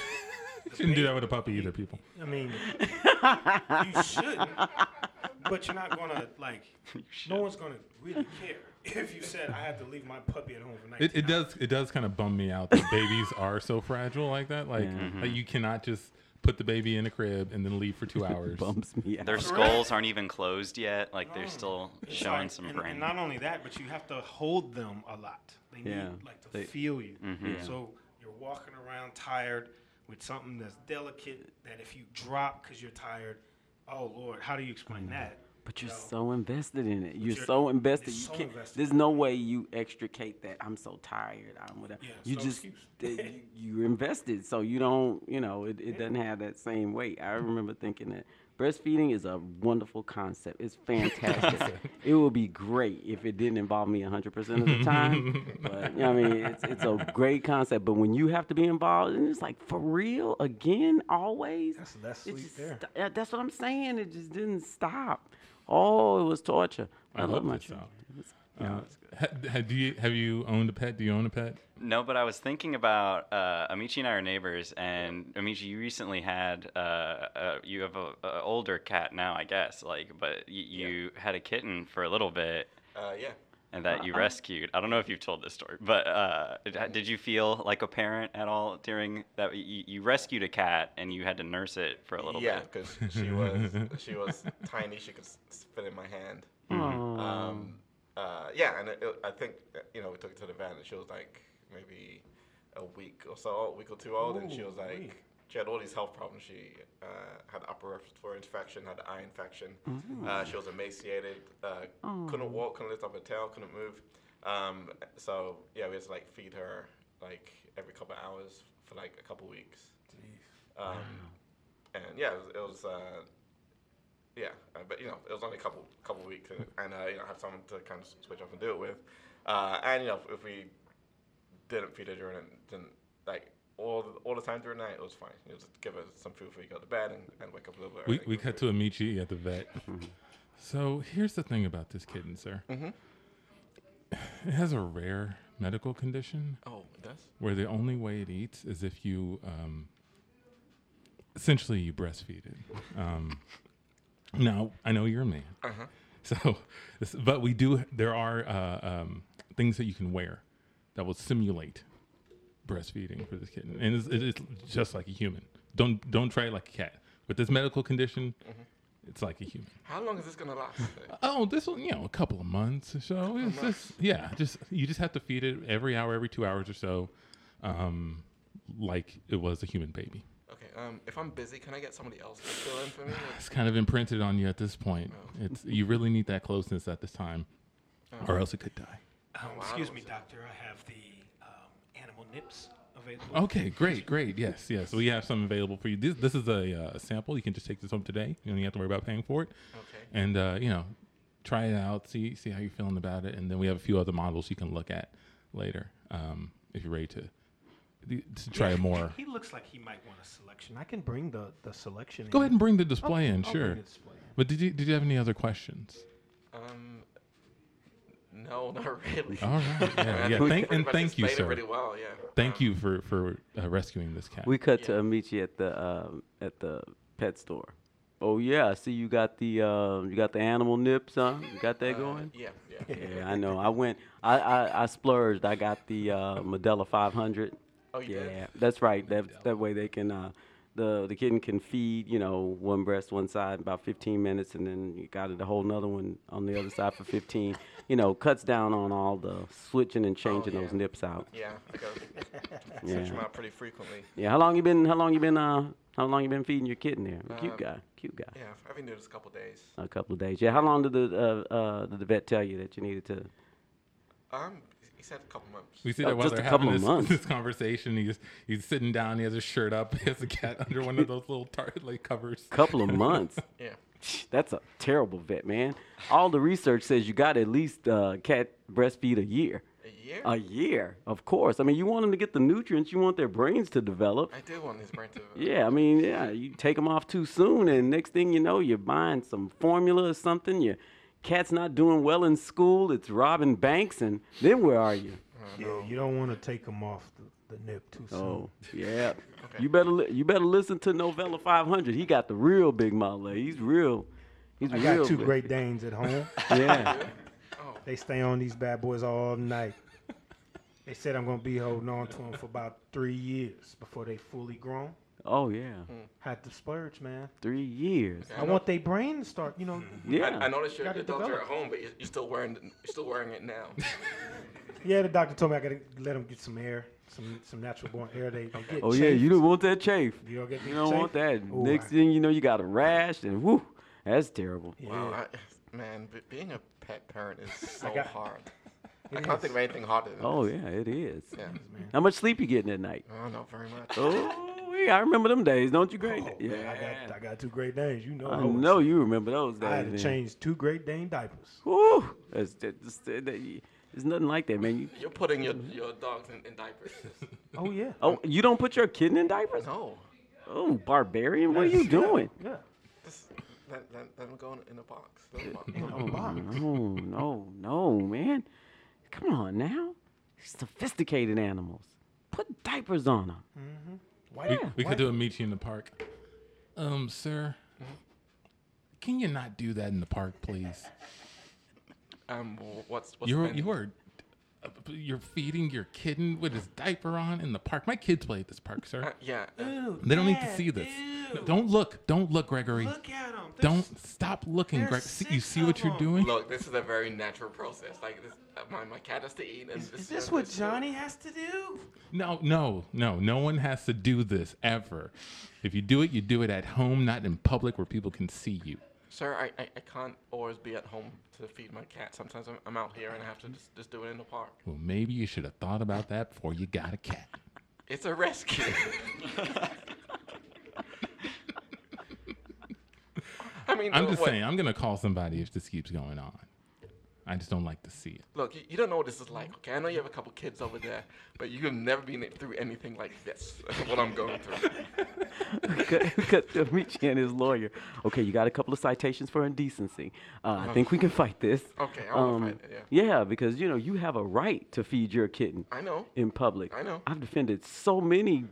Speaker 1: Shouldn't do that with a puppy either, people.
Speaker 3: I mean, you shouldn't, but you're not gonna like. No one's gonna really care if you said I had to leave my puppy at home for 19
Speaker 1: It, it does it does kind of bum me out that babies are so fragile like that. Like,
Speaker 2: Mm-hmm.
Speaker 1: like you cannot just put the baby in a crib and then leave for two hours.
Speaker 2: Bumps me out.
Speaker 4: Their skulls aren't even closed yet. Like they're still
Speaker 3: Oh, It's
Speaker 4: showing
Speaker 3: like-
Speaker 4: some
Speaker 3: and,
Speaker 4: brain.
Speaker 3: And not only that, but you have to hold them a lot. They need
Speaker 2: Yeah,
Speaker 3: like to
Speaker 2: they- Mm-hmm.
Speaker 3: feel you.
Speaker 2: Yeah.
Speaker 3: So you're walking around tired with something that's delicate that if you drop because you're tired, oh Lord, how do you
Speaker 2: Mm.
Speaker 3: explain that?
Speaker 2: But you're
Speaker 3: No.
Speaker 2: so invested in it. You're
Speaker 3: you're-
Speaker 2: so invested.
Speaker 3: you're
Speaker 2: You
Speaker 3: so
Speaker 2: can't.
Speaker 3: invested.
Speaker 2: There's no way you extricate that. I'm so tired. I'm whatever.
Speaker 3: Yeah,
Speaker 2: you
Speaker 3: no
Speaker 2: just
Speaker 3: excuse.
Speaker 2: that you, you're invested, so you don't. You know, it, it doesn't have that same weight. I remember thinking that breastfeeding is a wonderful concept. It's fantastic. it would be great if it didn't involve me 100 percent of the time. but you know, what I mean, it's it's a great concept. But when you have to be involved, and it's like for real again, always.
Speaker 7: That's less
Speaker 2: It
Speaker 7: sleep
Speaker 2: just
Speaker 7: there.
Speaker 2: st- uh, that's what I'm saying. It just didn't stop. Oh, it was torture. I, love,
Speaker 1: love
Speaker 2: my
Speaker 1: this
Speaker 2: children. It was-
Speaker 1: Uh, ha, ha- do you, have you owned a pet? Do you own a pet?
Speaker 4: No, but I was thinking about uh, Amici and I are neighbors, and Amici, you recently had uh, uh, you have a, a older cat now, I guess. Like, but y- you had a kitten for a little bit,
Speaker 5: Uh, yeah.
Speaker 4: and that you rescued. I don't know if you've told this story, but uh, did- did you feel like a parent at all during that? You, you rescued a cat, and you had to nurse it for a little
Speaker 5: Yeah,
Speaker 4: bit.
Speaker 5: because she was she was tiny. She could s- s- fit in my hand.
Speaker 2: Aw.
Speaker 5: Um, uh, yeah, and it, it- I think uh, you know we took her to the vet, and she was like maybe a week or so, a week or two old, and she was like she had all these health problems. She uh, had upper respiratory infection, had eye infection. Uh, she was emaciated, uh, couldn't walk, couldn't lift up her tail, couldn't move. Um, so yeah, we had to like feed her like every couple of hours for like a couple weeks. Um, And yeah, it was, it was uh, yeah, uh, but you know, it was only a couple couple weeks, and, and uh, you know, have someone to kind of switch off and do it with. Uh, and you know, if, if we didn't feed her during it, then like all the, all the time during the night, it was fine. You just give her some food before you go to bed and, and wake up a little bit.
Speaker 1: We,
Speaker 5: early,
Speaker 1: we
Speaker 5: give
Speaker 1: cut
Speaker 5: her
Speaker 1: to Amici at the vet.
Speaker 2: Mm-hmm.
Speaker 1: So here's the thing about this kitten, sir. It has a rare medical condition
Speaker 5: food. Oh, it does.
Speaker 1: where the only way it eats is if you um, essentially you breastfeed it. Um, now I know you're a man, so this- but we do. There are uh, um, things that you can wear that will simulate breastfeeding for this kitten, and it's, it is just like a human. Don't don't try it like a cat. With this medical condition, it's like a human.
Speaker 5: How long is this gonna last? though?
Speaker 1: Oh, this one, you know, a couple of months or so. It's just, yeah, just you just have to feed it every hour, every two hours or so. Um, like it was a human baby.
Speaker 5: Okay. Um, if I'm busy, can I get somebody else to fill in for me? Like,
Speaker 1: It's kind of imprinted on you at this point.
Speaker 5: Oh.
Speaker 1: It's you really need that closeness at this time, or else it could die.
Speaker 6: Um,
Speaker 5: wow.
Speaker 6: Excuse me, doctor. I have the um, animal nips available.
Speaker 1: Okay, great, great. Yes, yes. We have some available for you. This, this is a uh, sample. You can just take this home today. You don't have to worry about paying for it.
Speaker 5: Okay.
Speaker 1: And uh, you know, try it out. See see how you're feeling about it. And then we have a few other models you can look at later um, if you're ready to to try more.
Speaker 6: He looks like he might want a selection.
Speaker 3: And I can bring the, the selection.
Speaker 1: Go
Speaker 3: in.
Speaker 1: ahead and bring the display in.
Speaker 3: I'll
Speaker 1: sure.
Speaker 3: bring the display in.
Speaker 1: But did you did you have any other questions?
Speaker 5: um, no, not really.
Speaker 1: All right.
Speaker 5: I
Speaker 1: Yeah.
Speaker 5: mean, I
Speaker 1: yeah.
Speaker 5: think
Speaker 1: Thank,
Speaker 5: pretty
Speaker 1: and
Speaker 5: much
Speaker 1: thank you,
Speaker 5: displayed it
Speaker 1: sir.
Speaker 5: Really well. Yeah.
Speaker 1: Thank you for for uh, rescuing this cat.
Speaker 2: We cut to Amici at the um, at the pet store. Oh yeah, I see you got the um, you got the animal nips, huh? You got that going?
Speaker 5: Yeah. Yeah.
Speaker 2: Yeah, I know. I went. I, I, I splurged. I got the uh, Medela 500.
Speaker 5: Oh, you
Speaker 2: yeah,
Speaker 5: did?
Speaker 2: that's right. That that way they can uh, the the kitten can feed you know one breast one side about 15 minutes, and then you got it a whole another one on the other side for 15. You know, cuts down on all the switching and changing
Speaker 5: Oh, yeah.
Speaker 2: those nips out.
Speaker 5: Yeah. I go switch
Speaker 2: Yeah.
Speaker 5: them out pretty frequently.
Speaker 2: Yeah. How long you been? How long you been? Uh, how long you been feeding your kitten there?
Speaker 5: Um,
Speaker 2: Cute guy. Cute guy.
Speaker 5: Yeah. I've been doing this a couple days.
Speaker 2: A couple of days. Yeah. How long did the uh, uh, did the vet tell you that you needed to?
Speaker 5: Um, he said a couple months.
Speaker 1: We see
Speaker 2: Oh,
Speaker 1: that while
Speaker 2: just
Speaker 1: they're
Speaker 2: a couple
Speaker 1: having this,
Speaker 2: of months.
Speaker 1: this conversation, he's he's sitting down. He has his shirt up. He has a cat under one of those little tar- like covers.
Speaker 2: Couple of months.
Speaker 5: Yeah.
Speaker 2: That's a terrible vet, man. All the research says you got to at least uh, cat breastfeed a year.
Speaker 5: A year.
Speaker 2: A year, of course. I mean, you want them to get the nutrients. You want their brains to develop.
Speaker 5: I do want this brain to.
Speaker 2: Yeah, I mean, yeah, you take them off too soon, and next thing you know, you're buying some formula or something. Your cat's not doing well in school. It's robbing banks, and then where are you?
Speaker 3: Yeah, you don't want to take them off the, the nip too soon.
Speaker 2: Oh, yeah.
Speaker 5: Okay.
Speaker 2: You better li- you better listen to Novella 500. He got the real big male. He's real. He's
Speaker 3: I
Speaker 2: real.
Speaker 3: got two
Speaker 2: big.
Speaker 3: Great Danes at home.
Speaker 2: Yeah.
Speaker 3: they stay on these bad boys all night. They said I'm gonna be holding on to them for about three years before they fully grown.
Speaker 2: Oh yeah.
Speaker 3: Had to splurge, man.
Speaker 2: Three years.
Speaker 5: Yeah,
Speaker 3: I want their brain to start. You know,
Speaker 2: Yeah.
Speaker 5: I, I noticed your,
Speaker 3: Gotta
Speaker 5: your dogs are at
Speaker 3: develop.
Speaker 5: home, but you're, you're still wearing you're still wearing it now.
Speaker 3: yeah. The doctor told me I gotta let them get some air, some some natural born air. They, they get
Speaker 2: oh yeah. You
Speaker 3: chafed.
Speaker 2: don't want that chafe.
Speaker 3: You don't get
Speaker 2: You don't want that.
Speaker 3: Ooh,
Speaker 2: Next
Speaker 3: I-
Speaker 2: thing you know, you got a rash, and whoo, that's terrible.
Speaker 5: Wow, I, man, b- being a pet parent is so
Speaker 3: got-
Speaker 5: hard. I can't think of anything harder than
Speaker 2: Oh
Speaker 5: this.
Speaker 2: yeah, it is.
Speaker 5: Yeah.
Speaker 2: How much sleep you getting at night?
Speaker 5: Oh, not very much.
Speaker 2: Oh, yeah, I remember them days, don't you, Great?
Speaker 3: Oh,
Speaker 2: yeah.
Speaker 3: man, I got I got two Great Danes. You know,
Speaker 2: I
Speaker 3: was-
Speaker 2: know you remember those days.
Speaker 3: I had to
Speaker 2: man.
Speaker 3: change two Great Dane diapers.
Speaker 2: Woo! That's, that's, that- that- there's nothing like that, man. You,
Speaker 5: You're putting your, your dogs in, in diapers.
Speaker 3: Oh yeah.
Speaker 2: oh, you don't put your kitten in diapers?
Speaker 5: no.
Speaker 2: Oh, barbarian! What are you
Speaker 3: Yeah,
Speaker 2: doing?
Speaker 3: Yeah.
Speaker 5: Just let, let, let them go in, in a box. Let 'em box.
Speaker 2: Oh,
Speaker 3: In a box.
Speaker 2: No, no, no, man. Come on now. Sophisticated animals. Put diapers on them.
Speaker 3: Why
Speaker 1: We,
Speaker 3: not?
Speaker 1: we
Speaker 3: Why-
Speaker 1: could do a meet you in the park. Um, sir, can you not do that in the park, please?
Speaker 5: Um, wh- what's what's
Speaker 1: You're
Speaker 5: been-
Speaker 1: you are uh, you're feeding your kitten with his diaper on in the park. My kids play at this park,
Speaker 5: Uh,
Speaker 1: sir.
Speaker 5: yeah. uh,
Speaker 1: They don't need to see this. No, don't look. Don't look, Gregory.
Speaker 6: Look at him.
Speaker 1: don't stop looking,
Speaker 6: there's
Speaker 1: Greg. See, you
Speaker 6: six
Speaker 1: see what
Speaker 6: of
Speaker 1: you're
Speaker 6: 'em.
Speaker 1: doing?
Speaker 5: Look, this is a very natural process. Like this, uh, my my cat has to eat, and
Speaker 6: Is
Speaker 5: is
Speaker 6: this what
Speaker 5: what she-
Speaker 6: Johnny has to do?
Speaker 1: No, no, no. No one has to do this ever. If you do it, you do it at home, not in public where people can see you.
Speaker 5: Sir, I, I, I can't always be at home to feed my cat. Sometimes I'm, I'm out here and I have to just, just do it in the park.
Speaker 1: Well, maybe you should have thought about that before you got a cat.
Speaker 5: It's a rescue. I mean,
Speaker 1: I'm just
Speaker 5: what-
Speaker 1: saying, I'm going to call somebody if this keeps going on. I just don't like to see it.
Speaker 5: Look, you, you don't know what this is like, okay? I know you have a couple kids over there, but you have never been through anything like this, what I'm going through.
Speaker 2: cut, cut to Amici and his lawyer. Okay, you got a couple of citations for indecency. Uh, I think we can fight this. Um,
Speaker 5: Okay, I wanna fight it,
Speaker 2: Yeah. because you know you have a right to feed your kitten
Speaker 5: I know.
Speaker 2: in public.
Speaker 5: I know.
Speaker 2: I've defended so many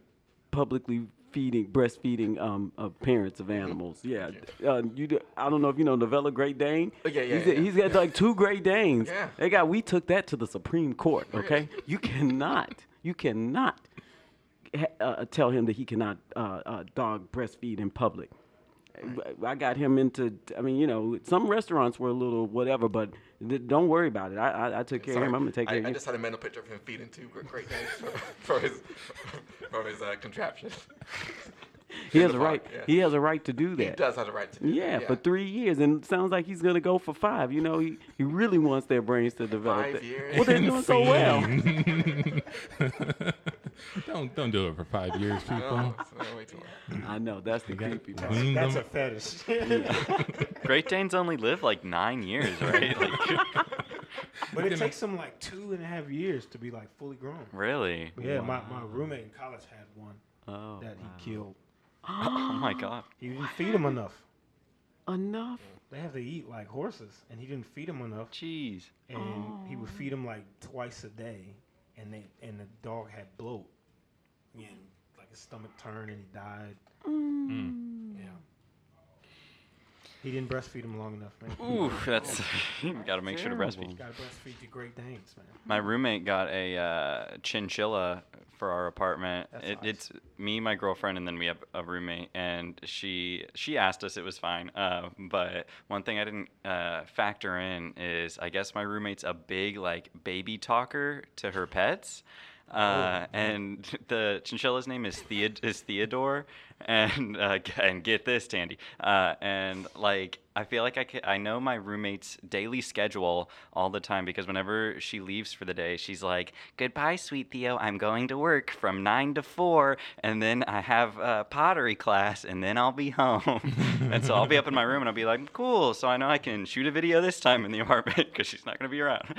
Speaker 2: publicly feeding, breastfeeding um, uh, parents
Speaker 5: Mm-hmm.
Speaker 2: of animals. Yeah, uh, you. do- I don't know if you know Novella Great Dane.
Speaker 5: Oh, yeah, yeah,
Speaker 2: he's,
Speaker 5: yeah.
Speaker 2: he's got like two Great Danes.
Speaker 5: Yeah.
Speaker 2: They got. We took that to the Supreme Court. Okay, you cannot. You cannot uh, ha- uh, tell him that he cannot uh, uh, dog breastfeed in public. I got him into. I mean, you know, some restaurants were a little whatever, but th- don't worry about it. I I, I took care
Speaker 5: Sorry.
Speaker 2: of him. I'm gonna take
Speaker 5: I,
Speaker 2: care
Speaker 5: I
Speaker 2: of you.
Speaker 5: just had a mental picture of him feeding two gr- great things from, from his from his uh, contraption.
Speaker 2: he
Speaker 5: In
Speaker 2: has
Speaker 5: the
Speaker 2: a right.
Speaker 5: park, yeah.
Speaker 2: He has a right to do that.
Speaker 5: He does have the right to. Do
Speaker 2: Yeah,
Speaker 5: that,
Speaker 2: for three years, and it sounds like he's gonna go for five. You know, he, he really wants their brains to develop.
Speaker 5: Five
Speaker 2: that-
Speaker 5: years.
Speaker 2: Well, they're doing so well.
Speaker 1: Insane. don't don't do it for five years, people.
Speaker 5: Oh, it's way too much.
Speaker 2: I know that's the
Speaker 1: You
Speaker 2: creepy
Speaker 1: gotta
Speaker 2: part.
Speaker 1: wean
Speaker 3: That's a
Speaker 1: them-
Speaker 3: fetish.
Speaker 4: Great Danes only live like nine years, right? Like,
Speaker 3: but it takes them like two and a half years to be like fully grown.
Speaker 4: really?
Speaker 3: Yeah, my, my roommate in college had one
Speaker 4: Oh,
Speaker 3: that he killed.
Speaker 4: oh my God.
Speaker 3: He didn't feed him enough.
Speaker 2: Enough.
Speaker 3: They have to eat like horses, and he didn't feed him enough.
Speaker 4: Jeez.
Speaker 3: And he would feed him like twice a day, and they and the dog had bloat, and like his stomach turned, and he died. Yeah. He didn't breastfeed him long enough, man.
Speaker 4: Ooh, that's. you gotta make sure to breastfeed.
Speaker 3: You gotta breastfeed the Great Danes, man.
Speaker 4: My roommate got a uh, chinchilla for our apartment.
Speaker 3: That's
Speaker 4: It,
Speaker 3: nice.
Speaker 4: It's me, my girlfriend, and then we have a roommate. And she she asked us, it was fine. Uh, but one thing I didn't uh, factor in is I guess my roommate's a big like baby talker to her pets.
Speaker 3: Oh,
Speaker 4: Uh, and the chinchilla's name is, Theod- is Theodore, and uh, g- and get this, Tandy. Uh, and like I feel like I ca I know my roommate's daily schedule all the time because whenever she leaves for the day, she's like, "Goodbye, sweet Theo. I'm going to work from nine to four, and then I have uh, pottery class, and then I'll be home." and so I'll be up in my room and I'll be like, "Cool. So I know I can shoot a video this time in the apartment because she's not gonna be around."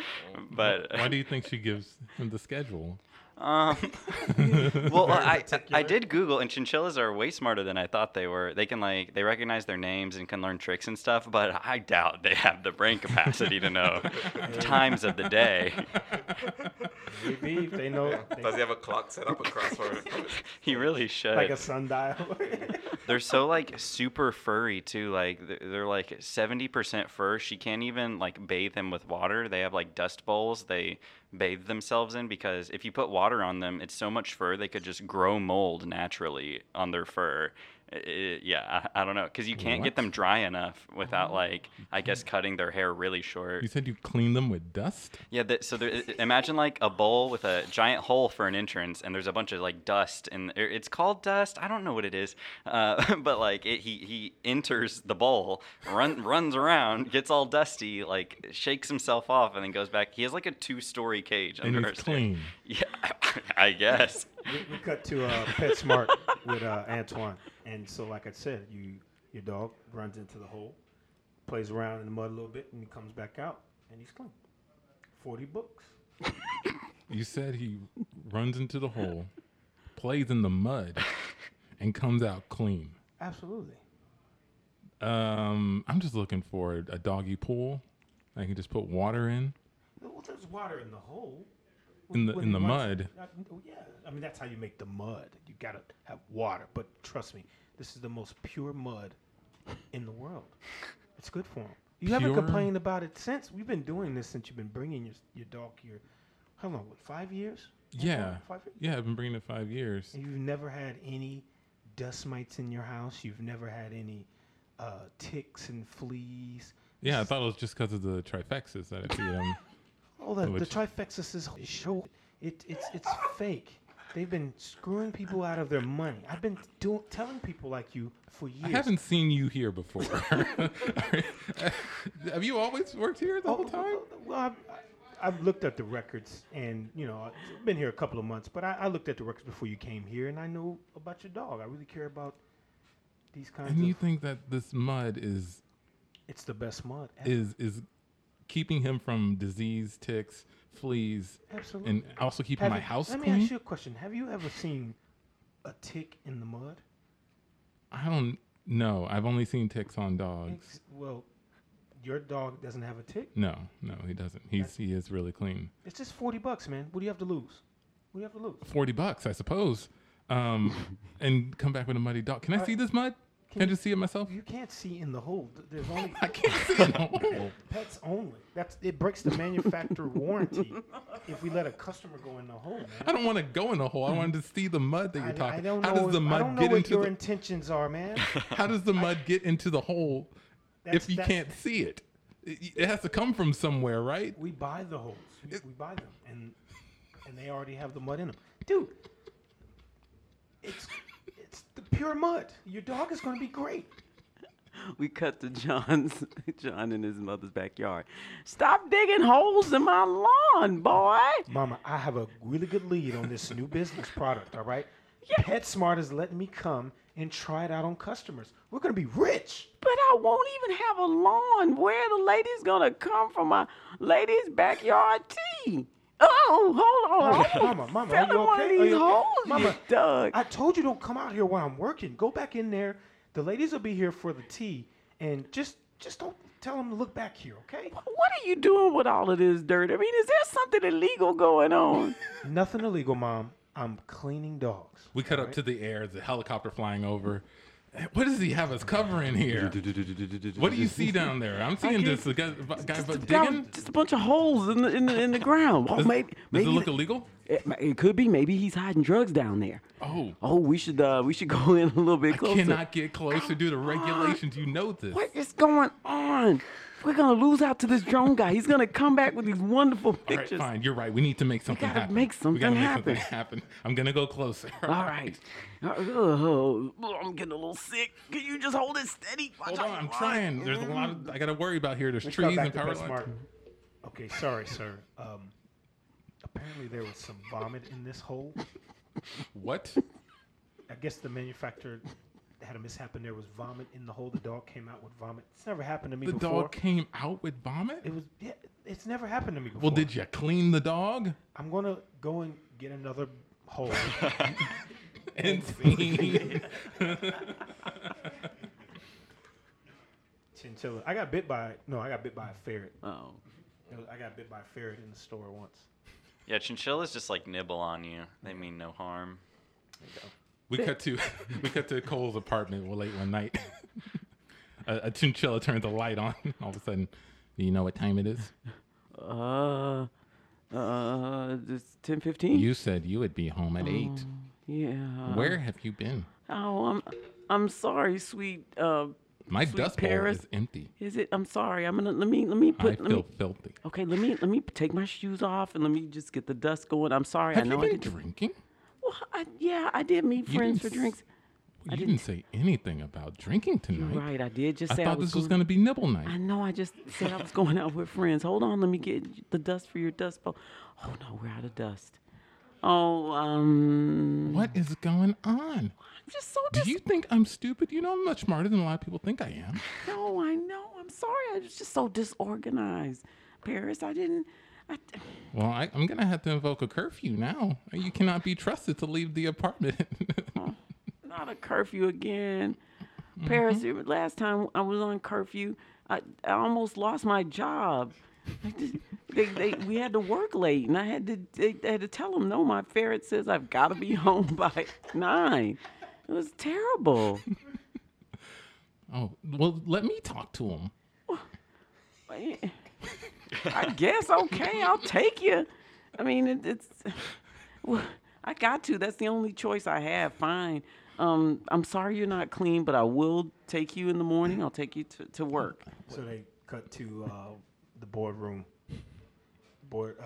Speaker 4: but
Speaker 1: Why do you think she gives him the schedule?
Speaker 4: um, well, I, I did Google, and chinchillas are way smarter than I thought they were. They can like they recognize their names and can learn tricks and stuff, but I doubt they have the brain capacity to know times of the day.
Speaker 3: Maybe if they know they-
Speaker 5: Does he have a clock set up across for him?
Speaker 4: He really should.
Speaker 3: like a sundial.
Speaker 4: they're so like super furry too. Like they're, they're like seventy percent fur. She can't even like bathe them with water. They have like dust bowls they bathe themselves in because if you put water on them, it's so much fur they could just grow mold naturally on their fur. I- I- yeah, I, I don't know because you can't
Speaker 1: What?
Speaker 4: get them dry enough without like I guess cutting their hair really short.
Speaker 1: You said you clean them with dust.
Speaker 4: Yeah, that, so there, i- imagine like a bowl with a giant hole for an entrance, and there's a bunch of like dust, and er, it's called dust. I don't know what it is, uh, but like it, he he enters the bowl, run runs around, gets all dusty, like shakes himself off, and then goes back. He has like a two-story cage
Speaker 1: And
Speaker 4: under
Speaker 1: he's
Speaker 4: his
Speaker 1: clean.
Speaker 4: Yeah, I guess.
Speaker 3: we, we cut to uh, PetSmart with uh, Antoine, and so like I said, you your dog runs into the hole, plays around in the mud a little bit, and he comes back out, and he's clean. Forty books.
Speaker 1: You said he runs into the hole, plays in the mud, and comes out clean.
Speaker 3: Absolutely.
Speaker 1: Um, I'm just looking for a doggy pool. I can just put water in.
Speaker 3: Well, there's water in the hole.
Speaker 1: In the-
Speaker 3: When
Speaker 1: in
Speaker 3: it
Speaker 1: the
Speaker 3: runs-
Speaker 1: mud.
Speaker 3: not- oh, yeah, I mean that's how you make the mud. You gotta have water. But trust me, this is the most pure mud in the world. It's good for him. You haven't
Speaker 1: Pure?
Speaker 3: complained about it since we've been doing this since you've been bringing your your dog here. How long? What, five years?
Speaker 1: Yeah,
Speaker 3: Five years.
Speaker 1: yeah. I've been bringing it five years.
Speaker 3: And you've never had any dust mites in your house. You've never had any uh, ticks and fleas.
Speaker 1: Yeah, I thought it was just because of the trifexas that I feed him.
Speaker 3: Oh, the, the
Speaker 1: Which-
Speaker 3: trifexus is show. It, it's it's fake. They've been screwing people out of their money. I've been doing telling people like you for years.
Speaker 1: I haven't seen you here before. Have you always worked here the
Speaker 3: Oh,
Speaker 1: whole time?
Speaker 3: Well, I've, I've looked at the records, and you know, I've been here a couple of months, but I, I looked at the records before you came here, and I know about your dog. I really care about these kinds
Speaker 1: And you
Speaker 3: of.
Speaker 1: think that this mud is
Speaker 3: it's the best mud. ever.
Speaker 1: is is keeping him from disease, ticks, fleas,
Speaker 3: Absolutely.
Speaker 1: and also keeping
Speaker 3: Have
Speaker 1: my
Speaker 3: you-
Speaker 1: house
Speaker 3: Let me
Speaker 1: clean?
Speaker 3: ask you a question. Have you ever seen a tick in the mud?
Speaker 1: I don't know. I've only seen ticks on dogs.
Speaker 3: Ex- Well, your dog doesn't have a tick.
Speaker 1: No, no, he doesn't. He's he is really clean.
Speaker 3: It's just forty bucks, man. What do you have to lose? What do you have to lose?
Speaker 1: Forty bucks, I suppose. Um, and come back with a muddy dog. Can I see this mud? Can I just see it myself?
Speaker 3: You can't see in the hole. Th- There's only
Speaker 1: I can't see it. No.
Speaker 3: pets only. That's it breaks the manufacturer warranty if we let a customer go in the hole, man.
Speaker 1: I don't want to go in a hole. I wanted to see the mud that
Speaker 3: I,
Speaker 1: you're
Speaker 3: I
Speaker 1: talking.
Speaker 3: don't know.
Speaker 1: How does the
Speaker 3: if- I
Speaker 1: mud
Speaker 3: don't know
Speaker 1: get
Speaker 3: what
Speaker 1: into
Speaker 3: your
Speaker 1: the?
Speaker 3: intentions are, man.
Speaker 1: How does the mud get into the hole
Speaker 3: That's-
Speaker 1: if you
Speaker 3: that's-
Speaker 1: can't see it? It it has to come from somewhere, right?
Speaker 3: We buy the holes. We, we buy them, and and they already have the mud in them, dude. It's it's the pure mud. Your dog is gonna be great.
Speaker 2: we cut to John's John in his mother's backyard. Stop digging holes in my lawn, boy.
Speaker 3: Mama, I have a really good lead on this new business product. All right, PetSmart is letting me come and try it out on customers. We're gonna be rich.
Speaker 2: But I won't even have a lawn. Where are the ladies gonna come from my lady's backyard tea? Oh, hold on.
Speaker 3: Mama, Mama, Mama, are
Speaker 2: Fell
Speaker 3: you
Speaker 2: in one
Speaker 3: okay?
Speaker 2: of
Speaker 3: Are
Speaker 2: these
Speaker 3: you okay?
Speaker 2: holes, you
Speaker 3: Mama,
Speaker 2: dug.
Speaker 3: I told you don't come out here while I'm working. Go back in there. The ladies will be here for the tea, and just just don't tell them to look back here, okay?
Speaker 2: What are you doing with all of this dirt? I mean, is there something illegal going on?
Speaker 3: Nothing illegal, Mom. I'm cleaning dogs.
Speaker 1: We cut up to the air, the helicopter flying over. What does he have us covering here? What do you see down there? I'm seeing this the guy, guy
Speaker 2: just, a,
Speaker 1: digging.
Speaker 2: just a bunch of holes in the in the, in the ground. Oh,
Speaker 1: Does,
Speaker 2: maybe
Speaker 1: does it
Speaker 2: maybe
Speaker 1: look
Speaker 2: th-
Speaker 1: illegal?
Speaker 2: it, it could be. Maybe he's hiding drugs down there.
Speaker 1: Oh,
Speaker 2: Oh, we should uh, we should go in a little bit
Speaker 1: I
Speaker 2: closer.
Speaker 1: cannot get closer due to regulations. You know this.
Speaker 2: Ah, What is going on? We're gonna lose out to this drone guy. He's gonna come back with these wonderful
Speaker 1: All right,
Speaker 2: pictures.
Speaker 1: fine. You're right. We need to make something
Speaker 2: gotta
Speaker 1: happen.
Speaker 2: make
Speaker 1: we gotta
Speaker 2: something
Speaker 1: make
Speaker 2: happen.
Speaker 1: something happen. I'm gonna go closer.
Speaker 2: All right. Uh, Oh, I'm getting a little sick. Can you just hold it steady? Watch
Speaker 1: Hold
Speaker 2: how
Speaker 1: on,
Speaker 2: you
Speaker 1: I'm
Speaker 2: run.
Speaker 1: trying. There's a lot of I gotta worry about here. There's
Speaker 3: Let's cut
Speaker 1: trees
Speaker 3: back
Speaker 1: and
Speaker 3: to
Speaker 1: power
Speaker 3: PetSmart.
Speaker 1: lines.
Speaker 3: Okay, sorry, sir. Um, apparently there was some vomit in this hole.
Speaker 1: What?
Speaker 3: I guess the manufacturer had a mishap, and there was vomit in the hole. The dog came out with vomit. It's never happened to me
Speaker 1: The
Speaker 3: before.
Speaker 1: dog came out with vomit?
Speaker 3: it was. Yeah, it's never happened to me before.
Speaker 1: Well, did you clean the dog?
Speaker 3: I'm gonna go and get another hole.
Speaker 1: And see.
Speaker 3: Chinchilla. I got bit by. No, I got bit by a ferret.
Speaker 2: Oh.
Speaker 3: It was- I got bit by a ferret in the store once.
Speaker 4: Yeah, chinchillas just like nibble on you. They mean no harm.
Speaker 1: We cut to we cut to Cole's apartment well, late one night. a, a chinchilla turns a light on. All of a sudden, do you know what time it is?
Speaker 2: Uh. Uh. It's ten fifteen.
Speaker 1: You said you would be home at eight.
Speaker 2: Yeah.
Speaker 1: Where have you been?
Speaker 2: Oh, I'm. I'm sorry, sweet. Uh.
Speaker 1: My
Speaker 2: Sweet
Speaker 1: dust bowl
Speaker 2: Paris.
Speaker 1: is empty.
Speaker 2: Is it? I'm sorry. I'm gonna. Let me. Let me
Speaker 1: I
Speaker 2: put. let
Speaker 1: feel
Speaker 2: me,
Speaker 1: filthy.
Speaker 2: okay. Let me. Let me take my shoes off and let me just get the dust going. I'm sorry.
Speaker 1: Have
Speaker 2: I
Speaker 1: you
Speaker 2: know. I
Speaker 1: been
Speaker 2: did,
Speaker 1: drinking?
Speaker 2: well, I, yeah, I did meet
Speaker 1: You didn't
Speaker 2: friends for
Speaker 1: s-
Speaker 2: drinks.
Speaker 1: Well, you didn't say anything about drinking tonight.
Speaker 2: Right. I did just
Speaker 1: I
Speaker 2: say
Speaker 1: thought
Speaker 2: was
Speaker 1: this was
Speaker 2: going-
Speaker 1: going to be nibble night.
Speaker 2: I know. I just said I was going out with friends. Hold on. Let me get the dust for your dust bowl. Oh no, we're out of dust. Oh, um.
Speaker 1: What is going on?
Speaker 2: I'm just so.
Speaker 1: Do you think I'm stupid? You know, I'm much smarter than a lot of people think I am.
Speaker 2: No, oh, I know. I'm sorry. I was just so disorganized, Paris. I didn't. I,
Speaker 1: Well, I, I'm going to have to invoke a curfew now. You cannot be trusted to leave the apartment.
Speaker 2: not a curfew again. Paris, you- last time I was on curfew, I, I almost lost my job. I did- they, they, we had to work late, and I had to they, they had to tell them no. My ferret says I've got to be home by nine. It was terrible.
Speaker 1: oh, well, let me talk to him.
Speaker 2: I guess okay, I'll take you. I mean, it, it's well, I got to. That's the only choice I have. Fine. Um, I'm sorry you're not clean, but I will take you in the morning. I'll take you to, to work.
Speaker 3: So they cut to uh, the boardroom. Board, uh,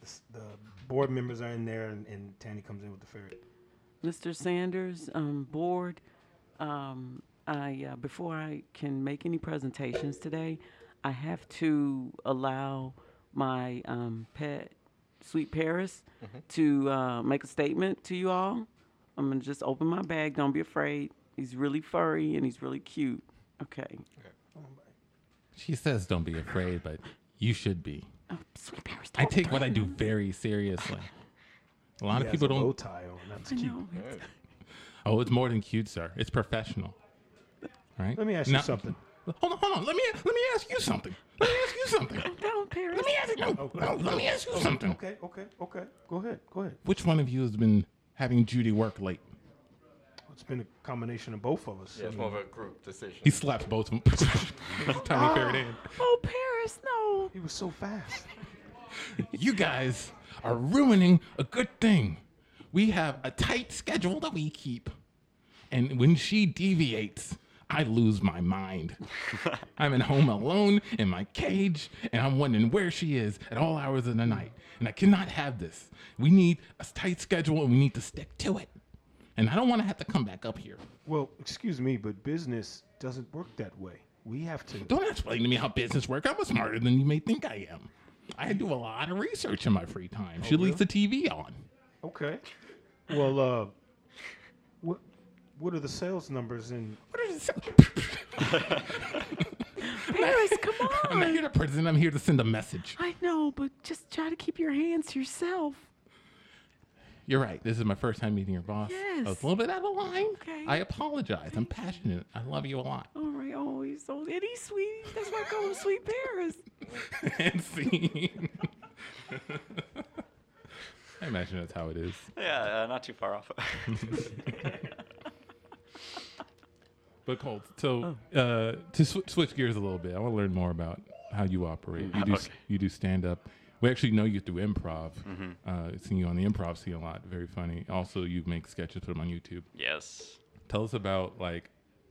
Speaker 3: the, s- the board members are in there, and, and Tanny comes in with the ferret.
Speaker 2: Mr. Sanders, um, board, um, I, uh, before I can make any presentations today, I have to allow my um, pet, Sweet Paris,
Speaker 1: Mm-hmm.
Speaker 2: to uh, make a statement to you all. I'm going to just open my bag. Don't be afraid. He's really furry and he's really cute. Okay.
Speaker 1: She says, don't be afraid, but you should be.
Speaker 2: Oh, Sweet Paris,
Speaker 1: I
Speaker 2: don't
Speaker 1: take what I do very seriously. A lot of people
Speaker 3: a bow
Speaker 1: don't.
Speaker 3: tie on. That's
Speaker 2: I
Speaker 3: cute.
Speaker 2: know.
Speaker 1: Oh, it's more than cute, sir. It's professional. Right?
Speaker 3: Let me ask you something.
Speaker 1: Hold on, hold on. Let me let me ask you something. Let me ask you something.
Speaker 2: Down, Paris.
Speaker 1: Let me ask you. No, no, let me ask you something.
Speaker 3: Oh, Okay, okay, okay. Go ahead, go ahead.
Speaker 1: Which one of you has been having Judy work late?
Speaker 3: What's It's been a combination of both of us.
Speaker 5: Yeah, it's more of a group decision.
Speaker 1: He slaps both of them.
Speaker 3: Ah.
Speaker 1: Tommy Faraday.
Speaker 2: Oh, Paris, no.
Speaker 3: He was so fast.
Speaker 1: You guys are ruining a good thing. We have a tight schedule that we keep. And when she deviates, I lose my mind. I'm at home alone in my cage, and I'm wondering where she is at all hours of the night. And I cannot have this. We need a tight schedule, and we need to stick to it. And I don't want to have to come back up here.
Speaker 3: well, excuse me, but business doesn't work that way. We have to.
Speaker 1: Don't explain to me how business works. I'm smarter than you may think I am. I do a lot of research in my free time. She leaves the TV on.
Speaker 3: Okay. Well, uh, what what are the sales numbers in?
Speaker 1: What is this?
Speaker 2: Paris, come
Speaker 1: I'm not
Speaker 2: on.
Speaker 1: here to present. I'm here to send a message.
Speaker 2: I know, but just try to keep your hands to yourself.
Speaker 1: You're right. This is my first time meeting your boss. I was
Speaker 2: Yes.
Speaker 1: a little bit out of line.
Speaker 2: Okay.
Speaker 1: I apologize. I'm passionate. I love you a lot.
Speaker 2: All right, oh, he's so and he's sweet. That's why I call him Sweet Paris.
Speaker 1: and see. I imagine that's how it is.
Speaker 4: Yeah, uh, not too far off.
Speaker 1: But Colt, so
Speaker 2: Oh.
Speaker 1: uh, to sw- switch gears a little bit, I want to learn more about how you operate. You do s-
Speaker 4: Okay.
Speaker 1: you do stand up. We actually know you through improv. Uh, seen you on the improv scene a lot. Very funny. Also, you make sketches, put them on YouTube.
Speaker 4: yes.
Speaker 1: Tell us about like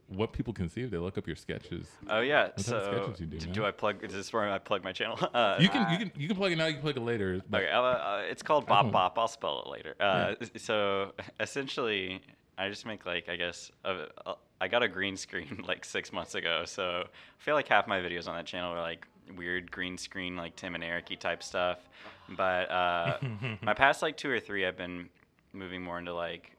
Speaker 1: what people can see if they look up your sketches.
Speaker 4: Oh yeah.
Speaker 1: of
Speaker 4: so
Speaker 1: sketches you do,
Speaker 4: d-
Speaker 1: man?
Speaker 4: I plug? Is this where I plug my channel? Uh,
Speaker 1: You can you can you can plug it now. You can plug it later. But
Speaker 4: Okay, I'll, uh, it's called Bop
Speaker 1: don't-
Speaker 4: Bop. I'll spell it later. Uh, So essentially, I just make like I guess a, a, I got a green screen like six months ago. So I feel like half my videos on that channel are like weird green screen like Tim and Ericy type stuff. But uh, my past like two or three, I've been moving more into like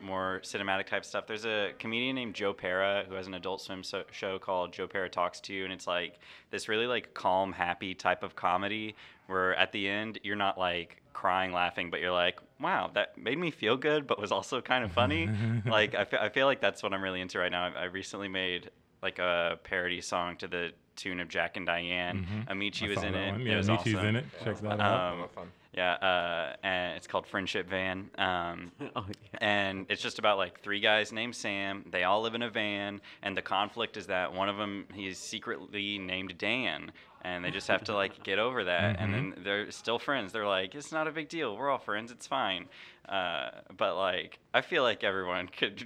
Speaker 4: more cinematic type stuff. There's a comedian named Joe Para who has an Adult Swim so- show called Joe Para Talks to You, and it's like this really like calm, happy type of comedy where at the end you're not like crying, laughing, but you're like, wow, that made me feel good, but was also kind of funny. like I fe- I feel like that's what I'm really into right now. I, I recently made like a parody song to the tune of Jack and Diane. Amici
Speaker 1: Mm-hmm. I
Speaker 4: was
Speaker 1: saw that
Speaker 4: in it.
Speaker 1: one.
Speaker 4: It
Speaker 1: Yeah,
Speaker 4: was
Speaker 1: Nietzsche's
Speaker 4: awesome.
Speaker 1: in it. Check that out.
Speaker 5: A lot
Speaker 4: Um,
Speaker 5: of fun.
Speaker 4: yeah, uh, and it's called Friendship Van. Um,
Speaker 2: Oh, yeah.
Speaker 4: and it's just about like three guys named Sam. They all live in a van, and the conflict is that one of them he's secretly named Dan, and they just have to like get over that. And then they're still friends. They're like, it's not a big deal. We're all friends. It's fine. Uh, but like, I feel like everyone could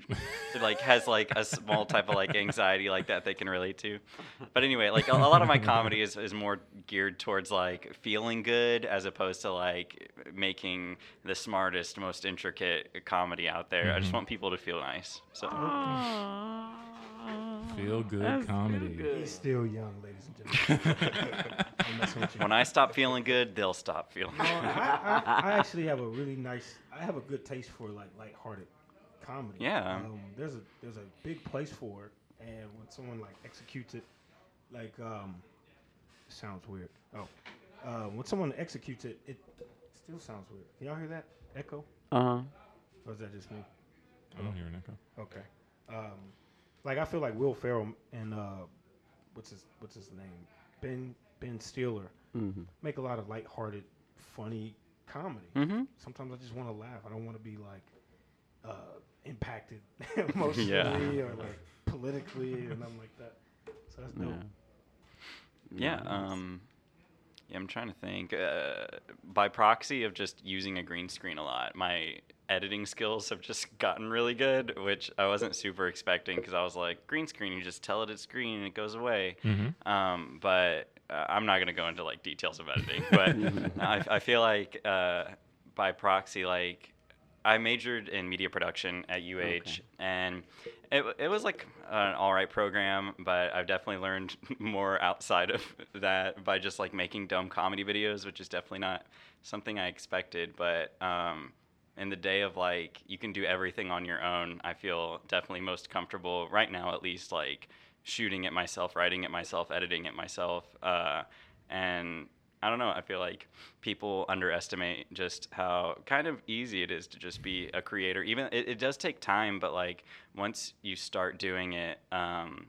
Speaker 4: like has like a small type of like anxiety like that they can relate to. But anyway, like a, a lot of my comedy is is more geared towards like feeling good as opposed to like making the smartest, most intricate comedy out there. I just want people to feel nice. So
Speaker 1: Feel good
Speaker 2: That's
Speaker 1: comedy.
Speaker 3: He's
Speaker 2: good.
Speaker 3: still young, ladies and gentlemen. I'm messing with you.
Speaker 4: when I stop feeling good, they'll stop feeling.
Speaker 3: Uh, I, I, I actually have a really nice. I have a good taste for like lighthearted comedy.
Speaker 4: Yeah.
Speaker 3: Um, there's a there's a big place for it, and when someone like executes it, like um, sounds weird. Oh, uh, when someone executes it, it still sounds weird. Can y'all hear that echo?
Speaker 2: Uh-huh.
Speaker 3: Or is that just me?
Speaker 1: I don't hear an echo.
Speaker 3: Okay. Um, like I feel like Will Ferrell and uh, what's his what's his name? Ben Ben Stiller make a lot of lighthearted, funny comedy.
Speaker 2: Mm-hmm.
Speaker 3: Sometimes I just want to laugh. I don't want to be like uh, impacted emotionally or like politically or nothing like that. So that's dope.
Speaker 4: Yeah. Um, yeah, I'm trying to think. Uh, by proxy of just using a green screen a lot, my editing skills have just gotten really good, which I wasn't super expecting because I was like, green screen, you just tell it it's green and it goes away. Um, but uh, I'm not going to go into like details of editing. But I, I feel like uh, by proxy, like I majored in media production at UH, and it, w- it was like an all right program, but I've definitely learned more outside of that by just like making dumb comedy videos, which is definitely not something I expected. But um, in the day of like, you can do everything on your own, I feel definitely most comfortable right now, at least, like shooting it myself, writing it myself, editing it myself. Uh, and I don't know. I feel like people underestimate just how kind of easy it is to just be a creator. Even it, it does take time, but like once you start doing it, um,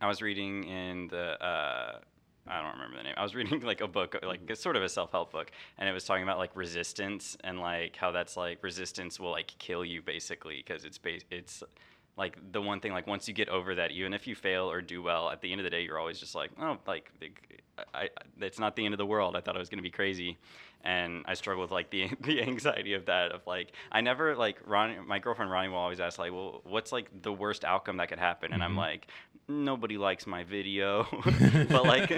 Speaker 4: I was reading in the uh, I don't remember the name. I was reading like a book, like it's sort of a self-help book, and it was talking about like resistance and like how that's like resistance will like kill you basically because it's bas- it's like the one thing like once you get over that, even if you fail or do well, at the end of the day you're always just like oh like the- I, I it's not the end of the world. I thought I was gonna be crazy, and I struggle with like the the anxiety of that of like I never like Ron my girlfriend Ronnie will always ask like well what's like the worst outcome that could happen and I'm like nobody likes my video but like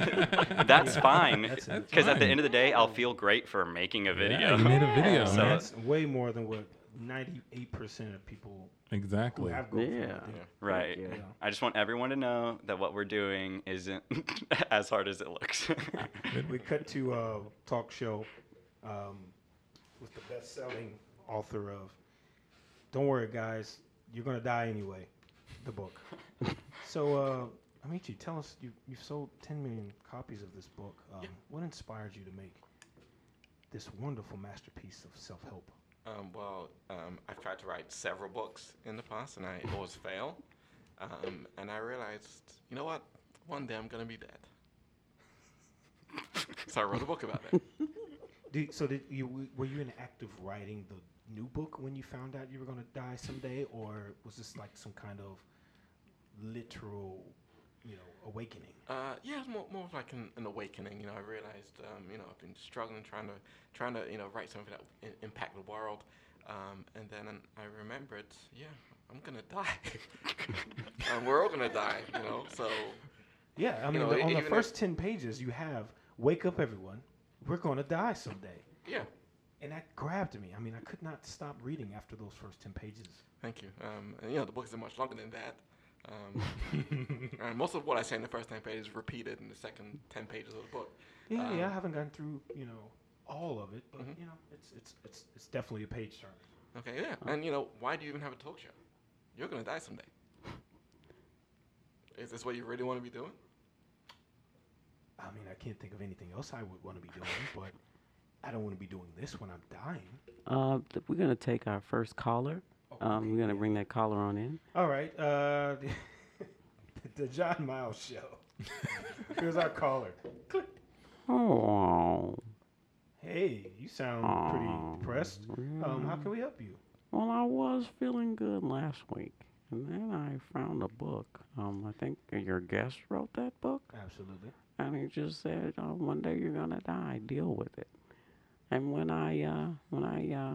Speaker 4: that's fine
Speaker 3: that's- that's
Speaker 4: because at the
Speaker 1: fine.
Speaker 4: end of the day I'll feel great for making a video
Speaker 1: Yeah, you made a video,
Speaker 4: So-
Speaker 1: man.
Speaker 3: That's way more than what 98% of people who
Speaker 1: Exactly.
Speaker 3: have GoFundMe
Speaker 2: Yeah.
Speaker 3: do.
Speaker 4: right
Speaker 2: Yeah.
Speaker 4: I just want everyone to know that what we're doing isn't as hard as it looks
Speaker 3: We cut to a talk show um, with the best-selling author of "Don't Worry, Guys, You're Gonna Die Anyway," the book. so, uh, Amici, tell us you, you've sold 10 million copies of this book. Um, What inspired you to make this wonderful masterpiece of self-help?
Speaker 5: Um, well, um, I've tried to write several books in the past, and I always fail. Um, and I realized, you know what? One day I'm gonna be dead. so I wrote a book about it.
Speaker 3: Did, so, did you were you in the act of writing the new book when you found out you were gonna die someday, or was this like some kind of literal, you know, awakening?
Speaker 5: Uh, yeah, it's more, more of like an, an awakening. You know, I realized, um, you know, I've been struggling trying to trying to you know write something that will i- impact the world, um, and then I remembered, yeah, I'm gonna die, and we're all gonna die, you know. So
Speaker 3: Yeah, I mean,
Speaker 5: know,
Speaker 3: the-
Speaker 5: e-
Speaker 3: on the
Speaker 5: even if-
Speaker 3: first 10 pages, you have Wake Up Everyone, We're Gonna Die Someday.
Speaker 5: yeah,
Speaker 3: And that grabbed me. I mean, I could not stop reading after those first 10 pages.
Speaker 5: thank you. Um, and, you know, the book is much longer than that. Um, and most of what I say in the first ten pages is repeated in the second ten pages of the book.
Speaker 3: Yeah, yeah, I
Speaker 5: Um, mm-hmm.
Speaker 3: haven't gotten through, you know, all of it, but, you know, it's, it's, it's, it's definitely a page turner.
Speaker 5: Okay, yeah, and you know, why do you even have a talk show? You're gonna die someday. Is this what you really want to be doing?
Speaker 3: I mean, I can't think of anything else I would want to be doing, but I don't want to be doing this when I'm dying.
Speaker 2: Uh, th- we're gonna take our first caller. Um, we're gonna bring that caller on in.
Speaker 3: All right, uh, the John Miles Show. Here's our caller. Click.
Speaker 2: Oh,
Speaker 3: Hey, you sound
Speaker 2: Aw.
Speaker 3: pretty depressed. Um, how can we help you?
Speaker 2: well, I was feeling good last week, and then I found a book. Um, I think your guest wrote that book.
Speaker 3: Absolutely.
Speaker 2: and he just said, oh, "One day you're gonna die. Deal with it." And when I uh, when I uh,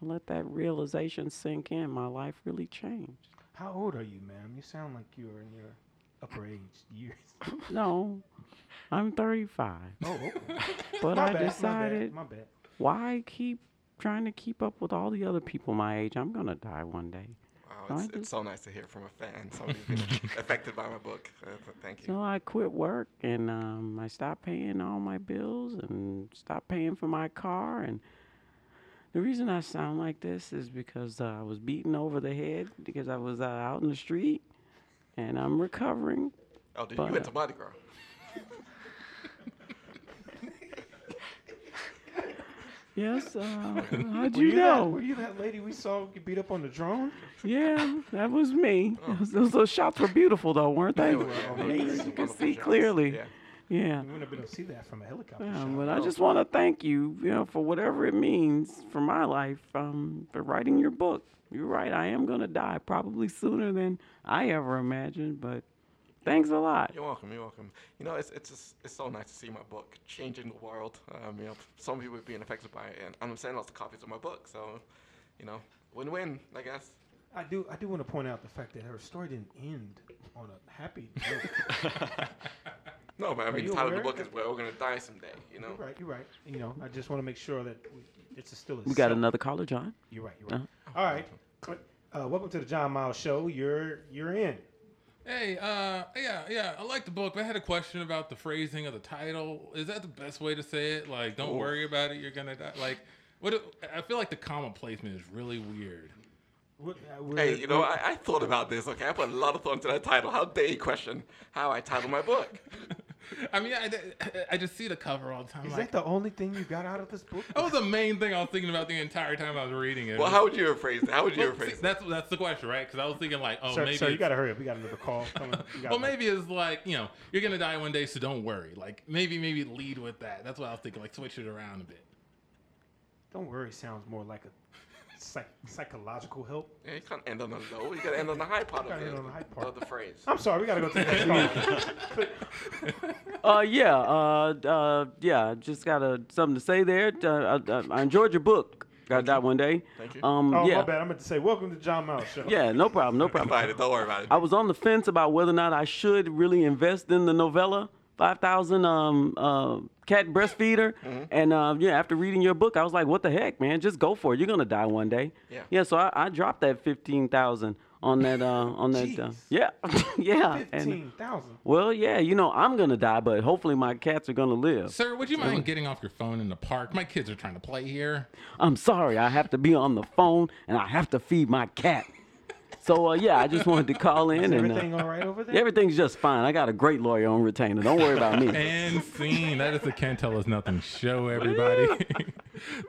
Speaker 2: let that realization sink in, my life really changed.
Speaker 3: How old are you, ma'am? You sound like you're in your upper age years.
Speaker 2: No, I'm 35,
Speaker 3: Oh, okay.
Speaker 2: but
Speaker 3: my
Speaker 2: I
Speaker 3: bad,
Speaker 2: decided
Speaker 3: My bad. My bad.
Speaker 2: why keep trying to keep up with all the other people my age. I'm gonna die one day.
Speaker 5: Wow, it's,
Speaker 2: Right.
Speaker 5: it's so nice to hear from a fan, somebody who's been affected by my book. Uh, th- thank you.
Speaker 2: So I quit work and um, I stopped paying all my bills and stopped paying for my car. And the reason I sound like this is because uh, I was beaten over the head because I was uh, out in the street and I'm recovering.
Speaker 5: Oh, dude,
Speaker 2: but,
Speaker 5: you went
Speaker 2: uh,
Speaker 5: to Mardi Gras.
Speaker 2: Yes, uh, how'd
Speaker 3: Were
Speaker 2: you
Speaker 3: that,
Speaker 2: know?
Speaker 3: were you that lady we saw get beat up on the drone?
Speaker 2: Yeah, that was me. Those, those shots were beautiful though, weren't they?
Speaker 5: Oh. were amazing,
Speaker 2: You can
Speaker 5: wonderful
Speaker 2: see
Speaker 5: shots,
Speaker 2: clearly.
Speaker 5: yeah. Oh.
Speaker 2: Yeah.
Speaker 3: You wouldn't have been able to see that from a helicopter
Speaker 2: Yeah,
Speaker 3: shot.
Speaker 2: but I just want to thank you, you know, for whatever it means for my life, um, for writing your book. You're right, I am gonna die probably sooner than I ever imagined, but thanks a lot.
Speaker 5: You're welcome. You're welcome. You know, it's it's just, it's so nice to see my book changing the world. Um, you know, some people are being affected by it, and I'm sending lots of copies of my book. So, you know, win-win, I guess.
Speaker 3: I do. I do want to point out the fact that her story didn't end on a happy note.
Speaker 5: No, but I mean,
Speaker 3: you
Speaker 5: the title of the
Speaker 3: aware
Speaker 5: book is "We're All Gonna Die Someday." You know.
Speaker 3: you're right. You're right. You know, I just want to make sure that we, it's a still. A
Speaker 2: We got
Speaker 3: self-
Speaker 2: another Uh-huh. caller, John.
Speaker 3: You're right. You're right. All right. Click. Uh, welcome to the John Miles Show. You're you're in.
Speaker 1: Hey, uh, yeah, yeah, I like the book, but I had a question about the phrasing of the title. Is that the best way to say it? Like, don't worry about it, you're gonna die. Like, what? I feel like the comma placement is really weird.
Speaker 3: What- uh, we're-
Speaker 5: Hey, you know, I, I thought about this. Okay, I put a lot of thought into that title. How dare you question how I titled my book?
Speaker 1: I mean, I, I just see the cover all the time.
Speaker 3: Is
Speaker 1: like,
Speaker 3: that the only thing you got out of this book?
Speaker 1: that was the main thing I was thinking about the entire time I was reading it.
Speaker 5: Well, how would you have phrased it? How would you
Speaker 1: Well,
Speaker 5: have
Speaker 1: see,
Speaker 5: phrased it?
Speaker 1: that's that's the question, right? Because I was thinking like, oh,
Speaker 3: sir,
Speaker 1: maybe
Speaker 3: sir, you
Speaker 1: it's-
Speaker 3: got to hurry up. We got another call coming. You gotta
Speaker 1: well, maybe it's like you know you're gonna die one day, so don't worry. Like maybe maybe lead with that. That's what I was thinking. Like switch it around a bit.
Speaker 3: Don't worry. Sounds more like a psych- psychological help.
Speaker 5: Yeah, you can't end on a low. You gotta end on the high part of
Speaker 3: gotta
Speaker 5: it.
Speaker 3: end on the high part.
Speaker 5: Of the phrase.
Speaker 3: I'm sorry. We got to go to the next call. Oh,
Speaker 2: Uh, yeah, uh, uh, yeah. I Just got a, something to say there. Uh, I, I, I enjoyed your book. Got that one day.
Speaker 5: Thank you.
Speaker 2: Um,
Speaker 3: Oh,
Speaker 2: yeah,
Speaker 3: my bad. I meant to say, welcome to John Miles Show.
Speaker 2: yeah. No problem. No problem.
Speaker 5: Fight it. Don't worry about it.
Speaker 2: I was on the fence about whether or not I should really invest in the novella. 5,000 um, uh, cat breastfeeder.
Speaker 3: Mm-hmm.
Speaker 2: And uh, yeah, after reading your book, I was like, what the heck, man? Just go for it. You're going to die one day.
Speaker 5: Yeah.
Speaker 2: so I, I dropped that 15,000 on that. Uh, on that uh,
Speaker 3: Jeez.
Speaker 2: yeah. yeah. And,
Speaker 3: Fifteen thousand.
Speaker 2: well, yeah, you know, I'm going to die, but hopefully my cats are going to live.
Speaker 1: Sir, would you mind getting off your phone in the park? My kids are trying to play here.
Speaker 2: I'm sorry. I have to be on the phone and I have to feed my cat. So uh, yeah, I just wanted to call in and. uh,
Speaker 3: Everything all right over there?
Speaker 2: Everything's just fine. I got a great lawyer on retainer. Don't worry about me.
Speaker 1: And scene. That is the Can't Tell Us Nothing show, everybody.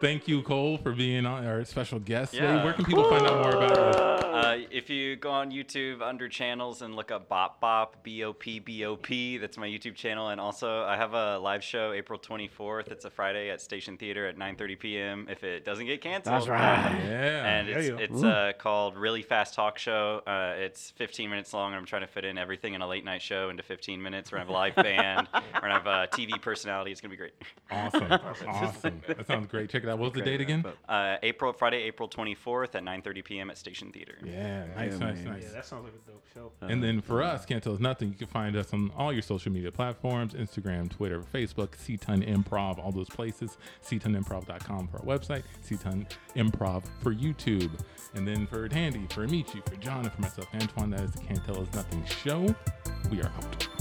Speaker 1: Thank you, Cole, for being on our special guest today.
Speaker 4: Yeah.
Speaker 1: Where can people find out more about
Speaker 4: Uh, if you go on YouTube under channels and look up Bop Bop, B O P B O P, that's my YouTube channel. And also, I have a live show April 24th. It's a Friday at Station Theater at 9:30 p.m. If it doesn't get canceled,
Speaker 2: That's right.
Speaker 1: you? Yeah.
Speaker 4: And it's,
Speaker 3: Yeah, yeah.
Speaker 4: it's uh, called Really Fast Talk Show. Uh, it's 15 minutes long, and I'm trying to fit in everything in a late night show into 15 minutes. We're gonna have a live band. We're gonna have a TV personality. It's gonna be great.
Speaker 1: awesome. awesome. That sounds great. Check it out. What was the date again?
Speaker 4: Uh, April Friday, April 24th at 9:30 p.m. at Station Theater.
Speaker 1: Yeah, nice, nice, nice.
Speaker 3: Yeah, that sounds like a dope show.
Speaker 1: And then for us, Can't Tell Us Nothing, you can find us on all your social media platforms Instagram, Twitter, Facebook, Cton Improv, all those places. CtonImprov.com for our website, Cton Improv for YouTube. And then for Tandy, for Amici, for John, and for myself, Antoine, that is the Can't Tell Us Nothing show. We are out.